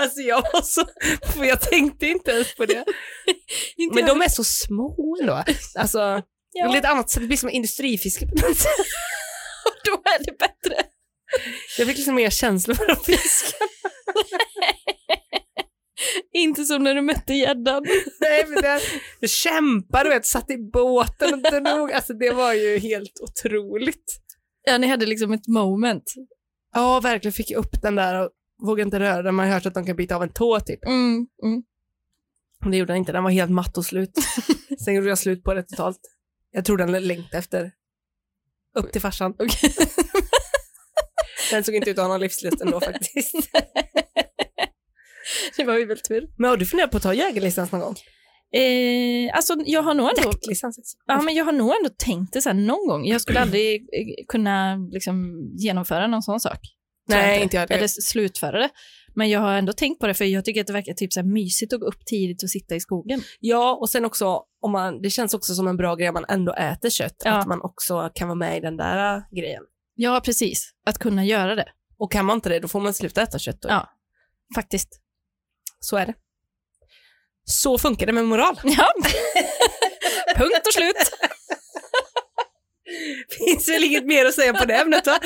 Speaker 2: Alltså jag var så, för jag tänkte inte ens på det. Men de är så små ändå. Alltså,
Speaker 1: Ja.
Speaker 2: det blir ett annat sätt, det blir som industrifiske på något sätt.
Speaker 1: då är det bättre.
Speaker 2: Jag fick liksom mer känslor för dem.
Speaker 1: Inte som när du mötte gäddan.
Speaker 2: Nej, men det, jag kämpade, du vet, satt i båten och drog. Alltså det var ju helt otroligt.
Speaker 1: Ja, ni hade liksom ett moment.
Speaker 2: Ja, verkligen fick jag upp den där och vågade inte röra den. Man har hört att de kan bita av en tå typ.
Speaker 1: Mm, mm.
Speaker 2: Men det gjorde den inte, den var helt matt och slut. Sen gjorde jag slut på det totalt. Jag tror den längtade efter. Upp till farsan. den såg inte ut att ha någon livslust ändå faktiskt.
Speaker 1: Det var ju väl tur.
Speaker 2: Men har du funderat på att ta jägarlicens någon gång?
Speaker 1: Eh, alltså, jag har nog ändå...
Speaker 2: Jaktlicens.
Speaker 1: Ja, men jag har nog ändå tänkt det så här någon gång. Jag skulle aldrig eh, kunna liksom, genomföra någon sån sak. Tror
Speaker 2: Nej,
Speaker 1: jag
Speaker 2: inte jag
Speaker 1: Eller
Speaker 2: heller.
Speaker 1: s- slutföra det. Men jag har ändå tänkt på det, för jag tycker att det verkar typ så här mysigt att gå upp tidigt och sitta i skogen.
Speaker 2: Ja, och sen också, om man, det känns också som en bra grej om man ändå äter kött,
Speaker 1: Ja.
Speaker 2: att man också kan vara med i den där äh, grejen.
Speaker 1: Ja, precis. Att kunna göra det,
Speaker 2: Och kan man inte det, då får man sluta äta kött. Då.
Speaker 1: Ja. faktiskt.
Speaker 2: Så är det. Så funkar det med moral.
Speaker 1: Ja. Punkt och slut.
Speaker 2: finns väl inget mer att säga på det ämnet va?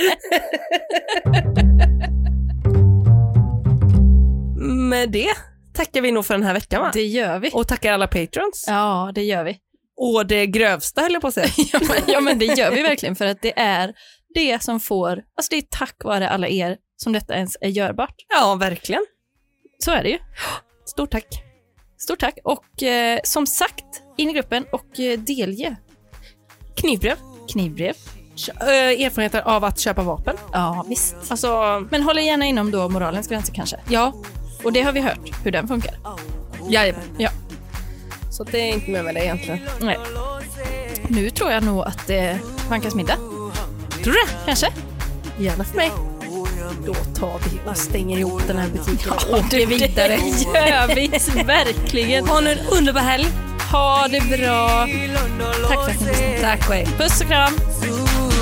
Speaker 2: Med det tackar vi nog för den här veckan va?
Speaker 1: Det gör vi.
Speaker 2: Och tackar alla patrons.
Speaker 1: Ja, det gör vi.
Speaker 2: Och det grövsta höll jag på att säga.
Speaker 1: Ja men, ja, men det gör vi verkligen, för att det är det som får... Alltså det är tack vare alla er som detta ens är görbart.
Speaker 2: Ja, verkligen.
Speaker 1: Så är det ju.
Speaker 2: Stort tack.
Speaker 1: Stort tack. Och eh, som sagt, in i gruppen och eh, delge
Speaker 2: Knivbrev.
Speaker 1: knivbrev.
Speaker 2: Kö- eh, erfarenheter av att köpa vapen.
Speaker 1: Ja, visst.
Speaker 2: Alltså,
Speaker 1: Men håll er gärna inom då moralens gränser kanske.
Speaker 2: ja.
Speaker 1: Och det har vi hört, hur den funkar.
Speaker 2: Jajamän.
Speaker 1: Ja.
Speaker 2: Så det är inte mer med det egentligen.
Speaker 1: Nej. Nu tror jag nog att det vankas middag. Tror du det? Kanske?
Speaker 2: Gärna för mig. Då tar vi och stänger ihop den här butiken och åker
Speaker 1: Det
Speaker 2: vidare.
Speaker 1: gör vi verkligen.
Speaker 2: Ha nu en underbar helg.
Speaker 1: Ha det bra. Tack för att ni lyssnade.
Speaker 2: Tack och hej.
Speaker 1: Puss och kram.
Speaker 8: Ooh,